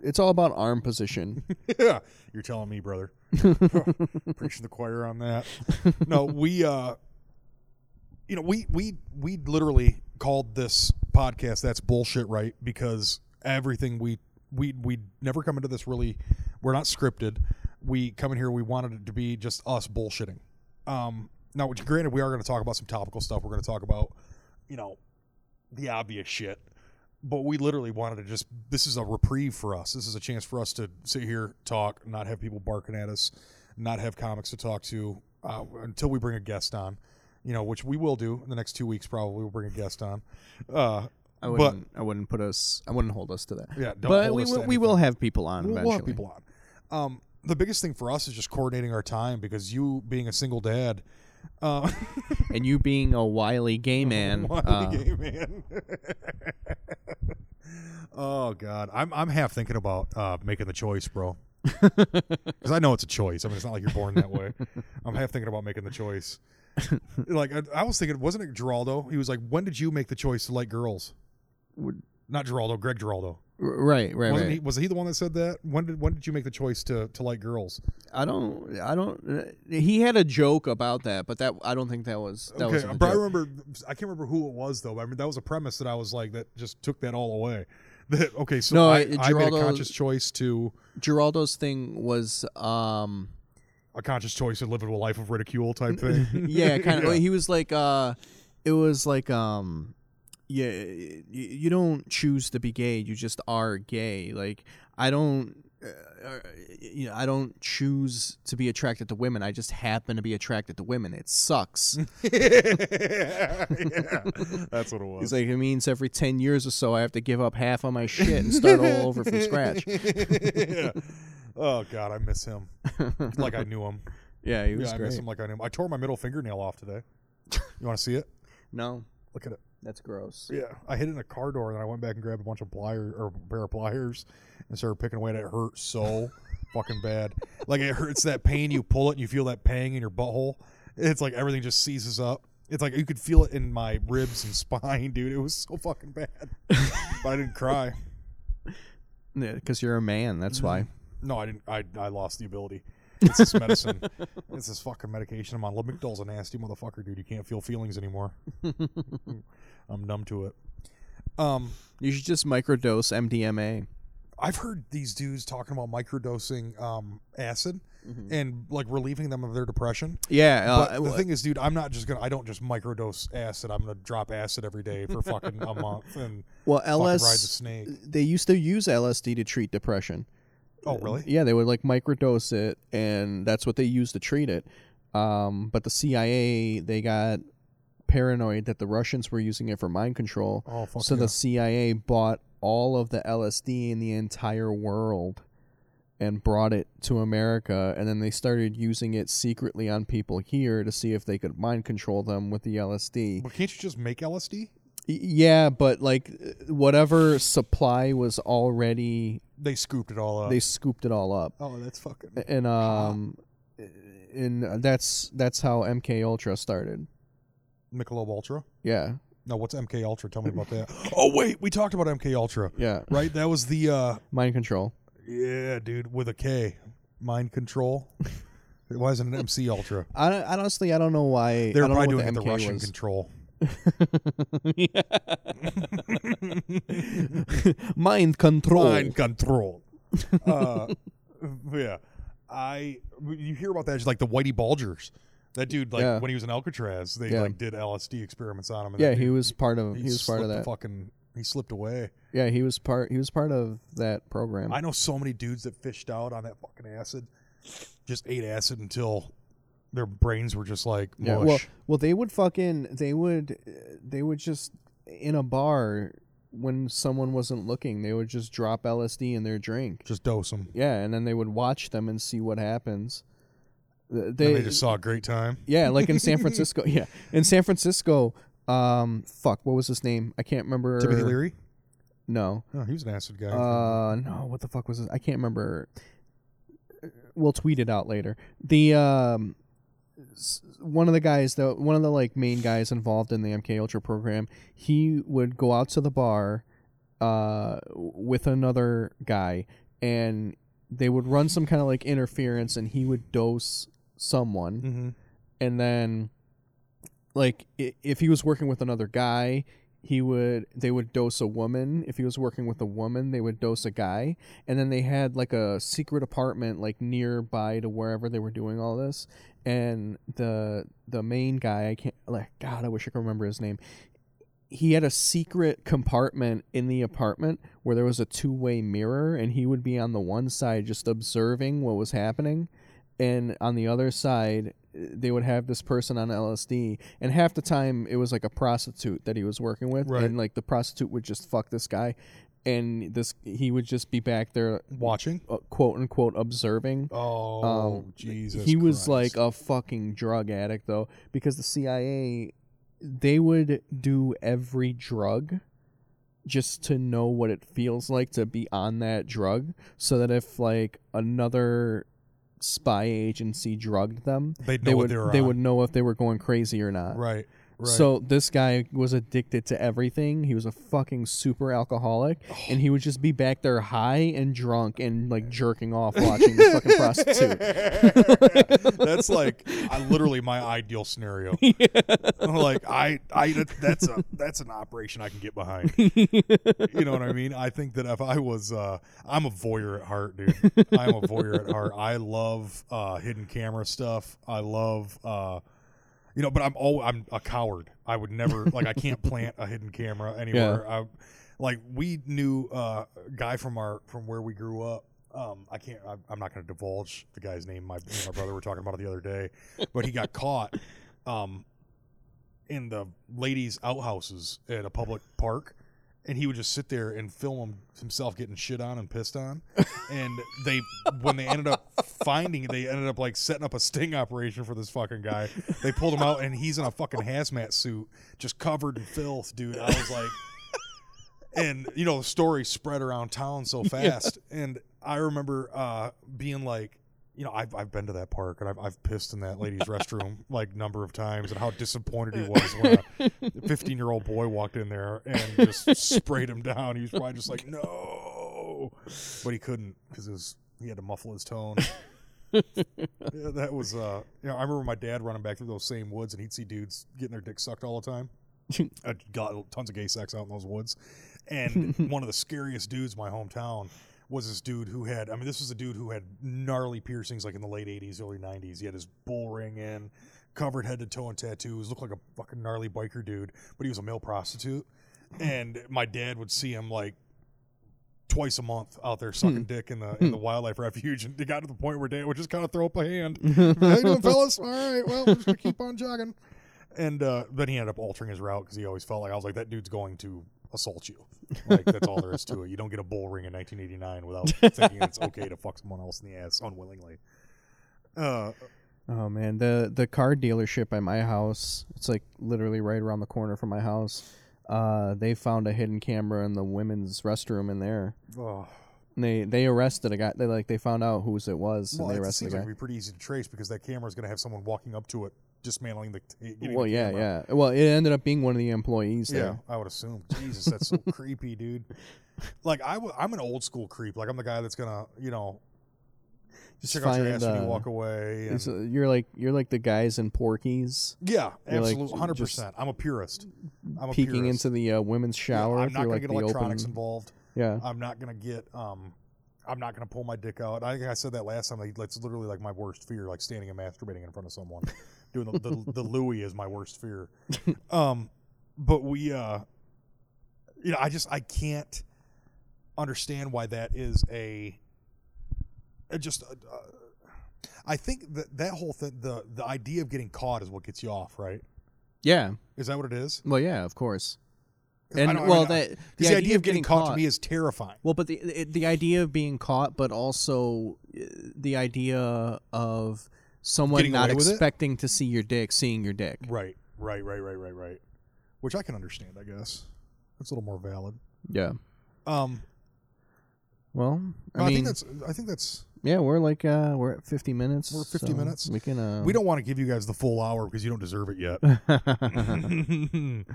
Speaker 2: It's all about arm position.
Speaker 1: yeah, you're telling me, brother. Preaching the choir on that. No, we, uh, you know, we we we literally called this podcast "That's Bullshit," right? Because everything we we we never come into this really. We're not scripted. We come in here. We wanted it to be just us bullshitting. Um, Now, which granted, we are going to talk about some topical stuff. We're going to talk about, you know, the obvious shit. But we literally wanted to just. This is a reprieve for us. This is a chance for us to sit here, talk, not have people barking at us, not have comics to talk to uh, until we bring a guest on. You know, which we will do in the next two weeks. Probably we'll bring a guest on. Uh,
Speaker 2: I
Speaker 1: But-
Speaker 2: wouldn't. I wouldn't put us. I wouldn't hold us to that.
Speaker 1: Yeah, don't
Speaker 2: but
Speaker 1: hold
Speaker 2: we
Speaker 1: us to
Speaker 2: will. We will have people on
Speaker 1: we'll,
Speaker 2: eventually.
Speaker 1: we'll have people on. Um, the biggest thing for us is just coordinating our time because you being a single dad, uh,
Speaker 2: and you being a wily gay man.
Speaker 1: wily
Speaker 2: uh,
Speaker 1: gay man. oh God, I'm I'm half thinking about uh, making the choice, bro. Because I know it's a choice. I mean, it's not like you're born that way. I'm half thinking about making the choice. like I, I was thinking, wasn't it Geraldo? He was like, "When did you make the choice to like girls?"
Speaker 2: Would-
Speaker 1: Not Geraldo, Greg Geraldo.
Speaker 2: r- Right, right,
Speaker 1: Wasn't
Speaker 2: right.
Speaker 1: he? Was he the one that said that? When did when did you make the choice to to like girls?
Speaker 2: I don't. I don't. uh, He had a joke about that, but that I don't think that was. That was
Speaker 1: Okay,
Speaker 2: a
Speaker 1: but I
Speaker 2: joke.
Speaker 1: remember I can't remember who it was though. But I mean, that was a premise that I was like that just took that all away. That okay, so
Speaker 2: No,
Speaker 1: I,
Speaker 2: it-
Speaker 1: I made a
Speaker 2: Geraldo-
Speaker 1: conscious choice to
Speaker 2: Geraldo's thing was. um
Speaker 1: a conscious choice to live a life of ridicule type thing.
Speaker 2: Yeah, kind of. He was like. uh It was like. um yeah, y- you don't choose to be gay. You just are gay. Like I don't, uh, uh, you know, I don't choose to be attracted to women. I just happen to be attracted to women. It sucks.
Speaker 1: yeah, that's what it was.
Speaker 2: He's like, it means every 10 years or so I have to give up half of my shit and start all over from scratch.
Speaker 1: yeah. Oh god, I miss him. Like I knew him.
Speaker 2: Yeah, he was
Speaker 1: yeah, I miss
Speaker 2: great.
Speaker 1: him like I knew him. I tore my middle fingernail off today. You want to see it?
Speaker 2: No,
Speaker 1: Look at it.
Speaker 2: that's gross.
Speaker 1: Yeah, I hit it in a car door, and then I went back and grabbed a bunch of pliers or a pair of pliers and started picking away. And it hurt so fucking bad. Like it hurts that pain. You pull it, and you feel that pang in your butthole. It's like everything just seizes up. It's like you could feel it in my ribs and spine, dude. It was so fucking bad. but I didn't cry.
Speaker 2: Because you're a man, that's why.
Speaker 1: No, I didn't. I, I lost the ability. It's this medicine. it's this fucking medication I'm on. Lamictal's a nasty motherfucker, dude. You can't feel feelings anymore. I'm numb to it. Um.
Speaker 2: You should just microdose MDMA.
Speaker 1: I've heard these dudes talking about microdosing um, acid
Speaker 2: Mm-hmm.
Speaker 1: and like relieving them of their depression.
Speaker 2: Yeah, uh,
Speaker 1: But the thing is, dude, I'm not just gonna. I don't just microdose acid. I'm gonna drop acid every day for fucking a month and
Speaker 2: well,
Speaker 1: fucking ride the
Speaker 2: LS,
Speaker 1: snake.
Speaker 2: they used to use LSD to treat depression. uh,
Speaker 1: Oh, really?
Speaker 2: Yeah, they would like microdose it, and that's what they used to treat it. Um, but the CIA, they got paranoid that the Russians were using it for mind control.
Speaker 1: Oh, fuck
Speaker 2: so
Speaker 1: yeah.
Speaker 2: the CIA bought all of the LSD in the entire world and brought it to America and then they started using it secretly on people here to see if they could mind control them with the LSD. Y-
Speaker 1: But can't you just make LSD?
Speaker 2: Yeah, but like whatever supply was already
Speaker 1: They scooped it all up.
Speaker 2: they scooped it all up.
Speaker 1: oh, that's fucking.
Speaker 2: And um and that's that's how MK Ultra started.
Speaker 1: Michelob Ultra.
Speaker 2: Yeah.
Speaker 1: No, what's MK Ultra? Tell me about that. Oh wait, we talked about MK Ultra,
Speaker 2: Yeah.
Speaker 1: right? That was the uh,
Speaker 2: Mind control.
Speaker 1: yeah, dude, with a K, mind control. Why isn't it MC Ultra?
Speaker 2: I, I honestly I don't know why
Speaker 1: They're
Speaker 2: I don't know
Speaker 1: probably
Speaker 2: what
Speaker 1: doing it
Speaker 2: the
Speaker 1: the
Speaker 2: MK
Speaker 1: Russian
Speaker 2: was.
Speaker 1: control.
Speaker 2: mind control.
Speaker 1: Mind control. Uh, yeah, I you hear about that it's like the Whitey Bulgers. That dude, like
Speaker 2: Yeah.
Speaker 1: when he was in Alcatraz, they
Speaker 2: Yeah.
Speaker 1: like did LSD experiments on him. And
Speaker 2: Yeah,
Speaker 1: that
Speaker 2: he
Speaker 1: dude,
Speaker 2: was part of he was part of
Speaker 1: slipped the
Speaker 2: that.
Speaker 1: Fucking, he slipped away.
Speaker 2: Yeah, he was part he was part of that program.
Speaker 1: I know so many dudes that fished out on that fucking acid, just ate acid until their brains were just like mush.
Speaker 2: yeah, well, well, they would fucking they would uh, they would just in a bar when someone wasn't looking, they would just drop LSD in their drink.
Speaker 1: just dose them.
Speaker 2: Yeah, and then they would watch them and see what happens. Th-
Speaker 1: They,
Speaker 2: They,
Speaker 1: they just saw a great time.
Speaker 2: yeah, like in San Francisco. Yeah, in San Francisco. Um, fuck, what was his name? I can't remember.
Speaker 1: Timothy Leary,
Speaker 2: No,
Speaker 1: oh, he was an acid guy.
Speaker 2: Uh, no, what the fuck was this? I can't remember. We'll tweet it out later. The um, s- one of the guys, though, one of the like main guys involved in the MK Ultra program, he would go out to the bar, uh, with another guy, and they would run some kind of like interference, and he would dose someone
Speaker 1: mm-hmm.
Speaker 2: and then like i- if he was working with another guy he would they would dose a woman if he was working with a woman they would dose a guy and then they had like a secret apartment like nearby to wherever they were doing all this and the the main guy i can't like god i wish i could remember his name he had a secret compartment in the apartment where there was a two-way mirror and he would be on the one side just observing what was happening and on the other side they would have this person on LSD, and half the time it was like a prostitute that he was working with,
Speaker 1: Right.
Speaker 2: and like the prostitute would just fuck this guy, and this he would just be back there,
Speaker 1: Watching.
Speaker 2: uh, quote unquote, observing.
Speaker 1: Oh
Speaker 2: Um,
Speaker 1: Jesus!
Speaker 2: he was
Speaker 1: Christ.
Speaker 2: like a fucking drug addict though, because the CIA they would do every drug just to know what it feels like to be on that drug, so that if like another spy agency drugged them
Speaker 1: they'd know
Speaker 2: they
Speaker 1: what
Speaker 2: would
Speaker 1: they were
Speaker 2: they
Speaker 1: on.
Speaker 2: would know if they were going crazy or not.
Speaker 1: Right. Right.
Speaker 2: So this guy was addicted to everything. He was a fucking super alcoholic, and he would just be back there high and drunk and like jerking off watching this fucking prostitute.
Speaker 1: that's like I, literally my ideal scenario. Like I, I that- that's a that's an operation I can get behind. You know what I mean? I think that if I was, uh, I'm a voyeur at heart, dude. I'm a voyeur at heart. I love uh, hidden camera stuff. I love. Uh, you know, but I'm all I'm a coward. I would never like I can't plant a hidden camera anywhere. I, like we knew uh, a guy from our from where we grew up. Um, I can't. I, I'm not going to divulge the guy's name. My me and my brother were talking about it the other day, but he got caught um, in the ladies' outhouses at a public park, and he would just sit there and film him, himself getting shit on and pissed on. And they, when they ended up finding, it, they ended up like setting up a sting operation for this fucking guy. They pulled him out, and he's in a fucking hazmat suit, just covered in filth, dude. I was like, and you know, the story spread around town so fast, and I remember uh, being like you know, I've, I've been to that park and I've, I've pissed in that lady's restroom like number of times and how disappointed he was when a 15 year old boy walked in there and just sprayed him down. He was probably just like, no, but he couldn't because he had to muffle his tone. Yeah, that was, uh, you know, I remember my dad running back through those same woods and he'd see dudes getting their dick sucked all the time. I got tons of gay sex out in those woods. And one of the scariest dudes in my hometown was this dude who had, I mean, this was a dude who had gnarly piercings like in the late 80s, early 90s. He had his bull ring in, covered head to toe in tattoos, looked like a fucking gnarly biker dude, but he was a male prostitute. And my dad would see him like twice a month out there sucking dick in the in the wildlife refuge. And it got to the point where dad would just kind of throw up a hand. How you doing, fellas? All right, well, we're just going to keep on jogging. And uh, then he ended up altering his route because he always felt like I was like that dude's going to assault you. Like that's all there is to it. You don't get a bull ring in 1989 without thinking it's okay to fuck someone else in the ass unwillingly. Uh,
Speaker 2: Oh man, the the car dealership at my house, it's like literally right around the corner from my house. Uh, they found a hidden camera in the women's restroom in there.
Speaker 1: oh.
Speaker 2: And they they arrested a guy. They like they found out whose it was,
Speaker 1: Well,
Speaker 2: and they
Speaker 1: it
Speaker 2: arrested
Speaker 1: seems
Speaker 2: the
Speaker 1: like
Speaker 2: guy.
Speaker 1: it'd be pretty easy to trace because that camera is going to have someone walking up to it, dismantling the. getting
Speaker 2: well,
Speaker 1: the
Speaker 2: yeah,
Speaker 1: camera.
Speaker 2: yeah. Well, it ended up being one of the employees
Speaker 1: Yeah,
Speaker 2: there.
Speaker 1: I would assume. Jesus, that's so creepy, dude. Like I, w- I'm an old school creep. Like I'm the guy that's gonna, you know,
Speaker 2: Just
Speaker 1: check out your ass when
Speaker 2: uh,
Speaker 1: you walk away. And,
Speaker 2: it's, uh, you're like you're like the guys in Porky's
Speaker 1: yeah,
Speaker 2: you're like,
Speaker 1: absolutely, hundred percent. I'm a purist. I'm a
Speaker 2: peeking
Speaker 1: purist.
Speaker 2: into the uh, women's
Speaker 1: Yeah,
Speaker 2: shower
Speaker 1: I'm not
Speaker 2: through
Speaker 1: gonna
Speaker 2: like
Speaker 1: get
Speaker 2: the
Speaker 1: electronics
Speaker 2: open.
Speaker 1: involved.
Speaker 2: yeah,
Speaker 1: I'm not gonna get. Um, I'm not gonna pull my dick out. I think I said that last time. Like, that's literally like my worst fear, like standing and masturbating in front of someone. Doing the the, the Louis is my worst fear. Um, but we, uh, you know, I just I can't understand why that is a. It just. Uh, uh, I think that that whole thing, the the idea of getting caught is what gets you off, right?
Speaker 2: yeah.
Speaker 1: Is that what it is?
Speaker 2: Well, yeah, of course.
Speaker 1: 'Cause I
Speaker 2: And
Speaker 1: don't- I
Speaker 2: well,
Speaker 1: mean, I-
Speaker 2: that
Speaker 1: 'cause the, idea of getting caught to me is terrifying.
Speaker 2: Well, but the it- the idea of being caught, but also uh, the idea of someone
Speaker 1: Getting
Speaker 2: not
Speaker 1: away with it?
Speaker 2: expecting to see your dick, seeing your dick.
Speaker 1: Right, right, right, right, right, right. Which I can understand, I guess. That's a little more valid.
Speaker 2: Yeah.
Speaker 1: Um,
Speaker 2: Well,
Speaker 1: I,
Speaker 2: I mean,
Speaker 1: think that's. I think that's.
Speaker 2: yeah, we're like uh, we're at fifty minutes.
Speaker 1: We're at 50
Speaker 2: so
Speaker 1: minutes.
Speaker 2: We can. Uh,
Speaker 1: we don't want to give you guys the full hour because you don't deserve it yet.
Speaker 2: don't.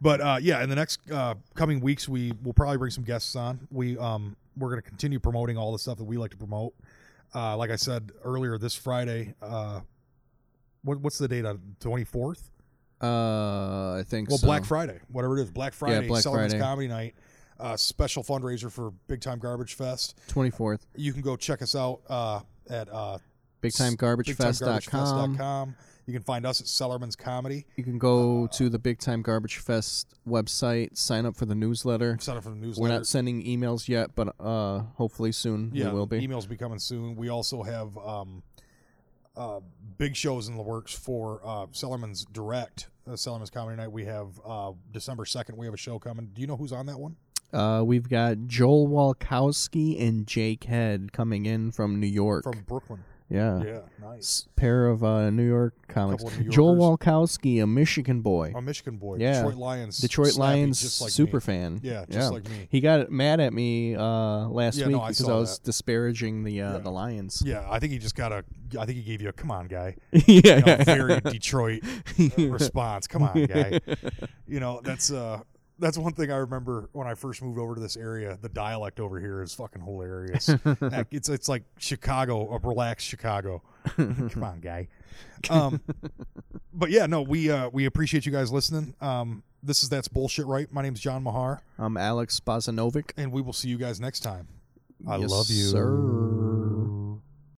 Speaker 1: but uh, yeah, in the next uh, coming weeks, we will probably bring some guests on. We um, we're going to continue promoting all the stuff that we like to promote. Uh, like I said earlier, this Friday. Uh, what, what's the date on twenty fourth?
Speaker 2: Uh, I think
Speaker 1: Well,
Speaker 2: so.
Speaker 1: Black Friday, whatever it is, Black Friday,
Speaker 2: Black
Speaker 1: Sullivan's
Speaker 2: Friday.
Speaker 1: Comedy Night, uh, special fundraiser for Big Time Garbage Fest.
Speaker 2: twenty fourth,
Speaker 1: You can go check us out uh, at uh,
Speaker 2: bigtimegarbagefest.com.
Speaker 1: bigtimegarbagefest.com. You can find us at Sellerman's Comedy.
Speaker 2: You can go to the Big Time Garbage Fest website, sign up for the newsletter.
Speaker 1: Sign up for the newsletter.
Speaker 2: We're not sending emails yet, but uh, hopefully soon
Speaker 1: yeah,
Speaker 2: we will be.
Speaker 1: Emails be coming soon. We also have um, uh, big shows in the works for uh, Sellerman's Direct, uh, Sellerman's Comedy Night. We have uh, December 2nd, we have a show coming. Do you know who's on that one?
Speaker 2: Uh, we've got Joel Walkowski and Jake Head coming in from New York.
Speaker 1: From Brooklyn.
Speaker 2: yeah.
Speaker 1: Yeah, nice.
Speaker 2: Uh, S- Pair of uh, New York comics.
Speaker 1: Couple of New
Speaker 2: Joel Walkowski, a Michigan boy,
Speaker 1: A Michigan boy.
Speaker 2: Yeah.
Speaker 1: Detroit Lions.
Speaker 2: Detroit
Speaker 1: snappy,
Speaker 2: Lions
Speaker 1: just like me.
Speaker 2: super fan.
Speaker 1: Yeah, just like me.
Speaker 2: He got mad at me uh, last
Speaker 1: Yeah,
Speaker 2: week
Speaker 1: no, I
Speaker 2: because
Speaker 1: saw
Speaker 2: I was
Speaker 1: that.
Speaker 2: disparaging the uh, the Lions.
Speaker 1: Yeah, I think he just got a. I think he gave you a come on, guy.
Speaker 2: yeah,
Speaker 1: You know, very Detroit uh, response. Come on, guy. You know that's uh that's one thing I remember when I first moved over to this area. The dialect over here is fucking hilarious. Heck, it's it's like Chicago, a relaxed Chicago. come on, guy. Um, but yeah, no, we uh we appreciate you guys listening. Um, this is that's bullshit, right? My name's John Mahar,
Speaker 2: I'm Alex Bozanovic.
Speaker 1: and we will see you guys next time. I
Speaker 2: Yes,
Speaker 1: love you.
Speaker 2: Sir.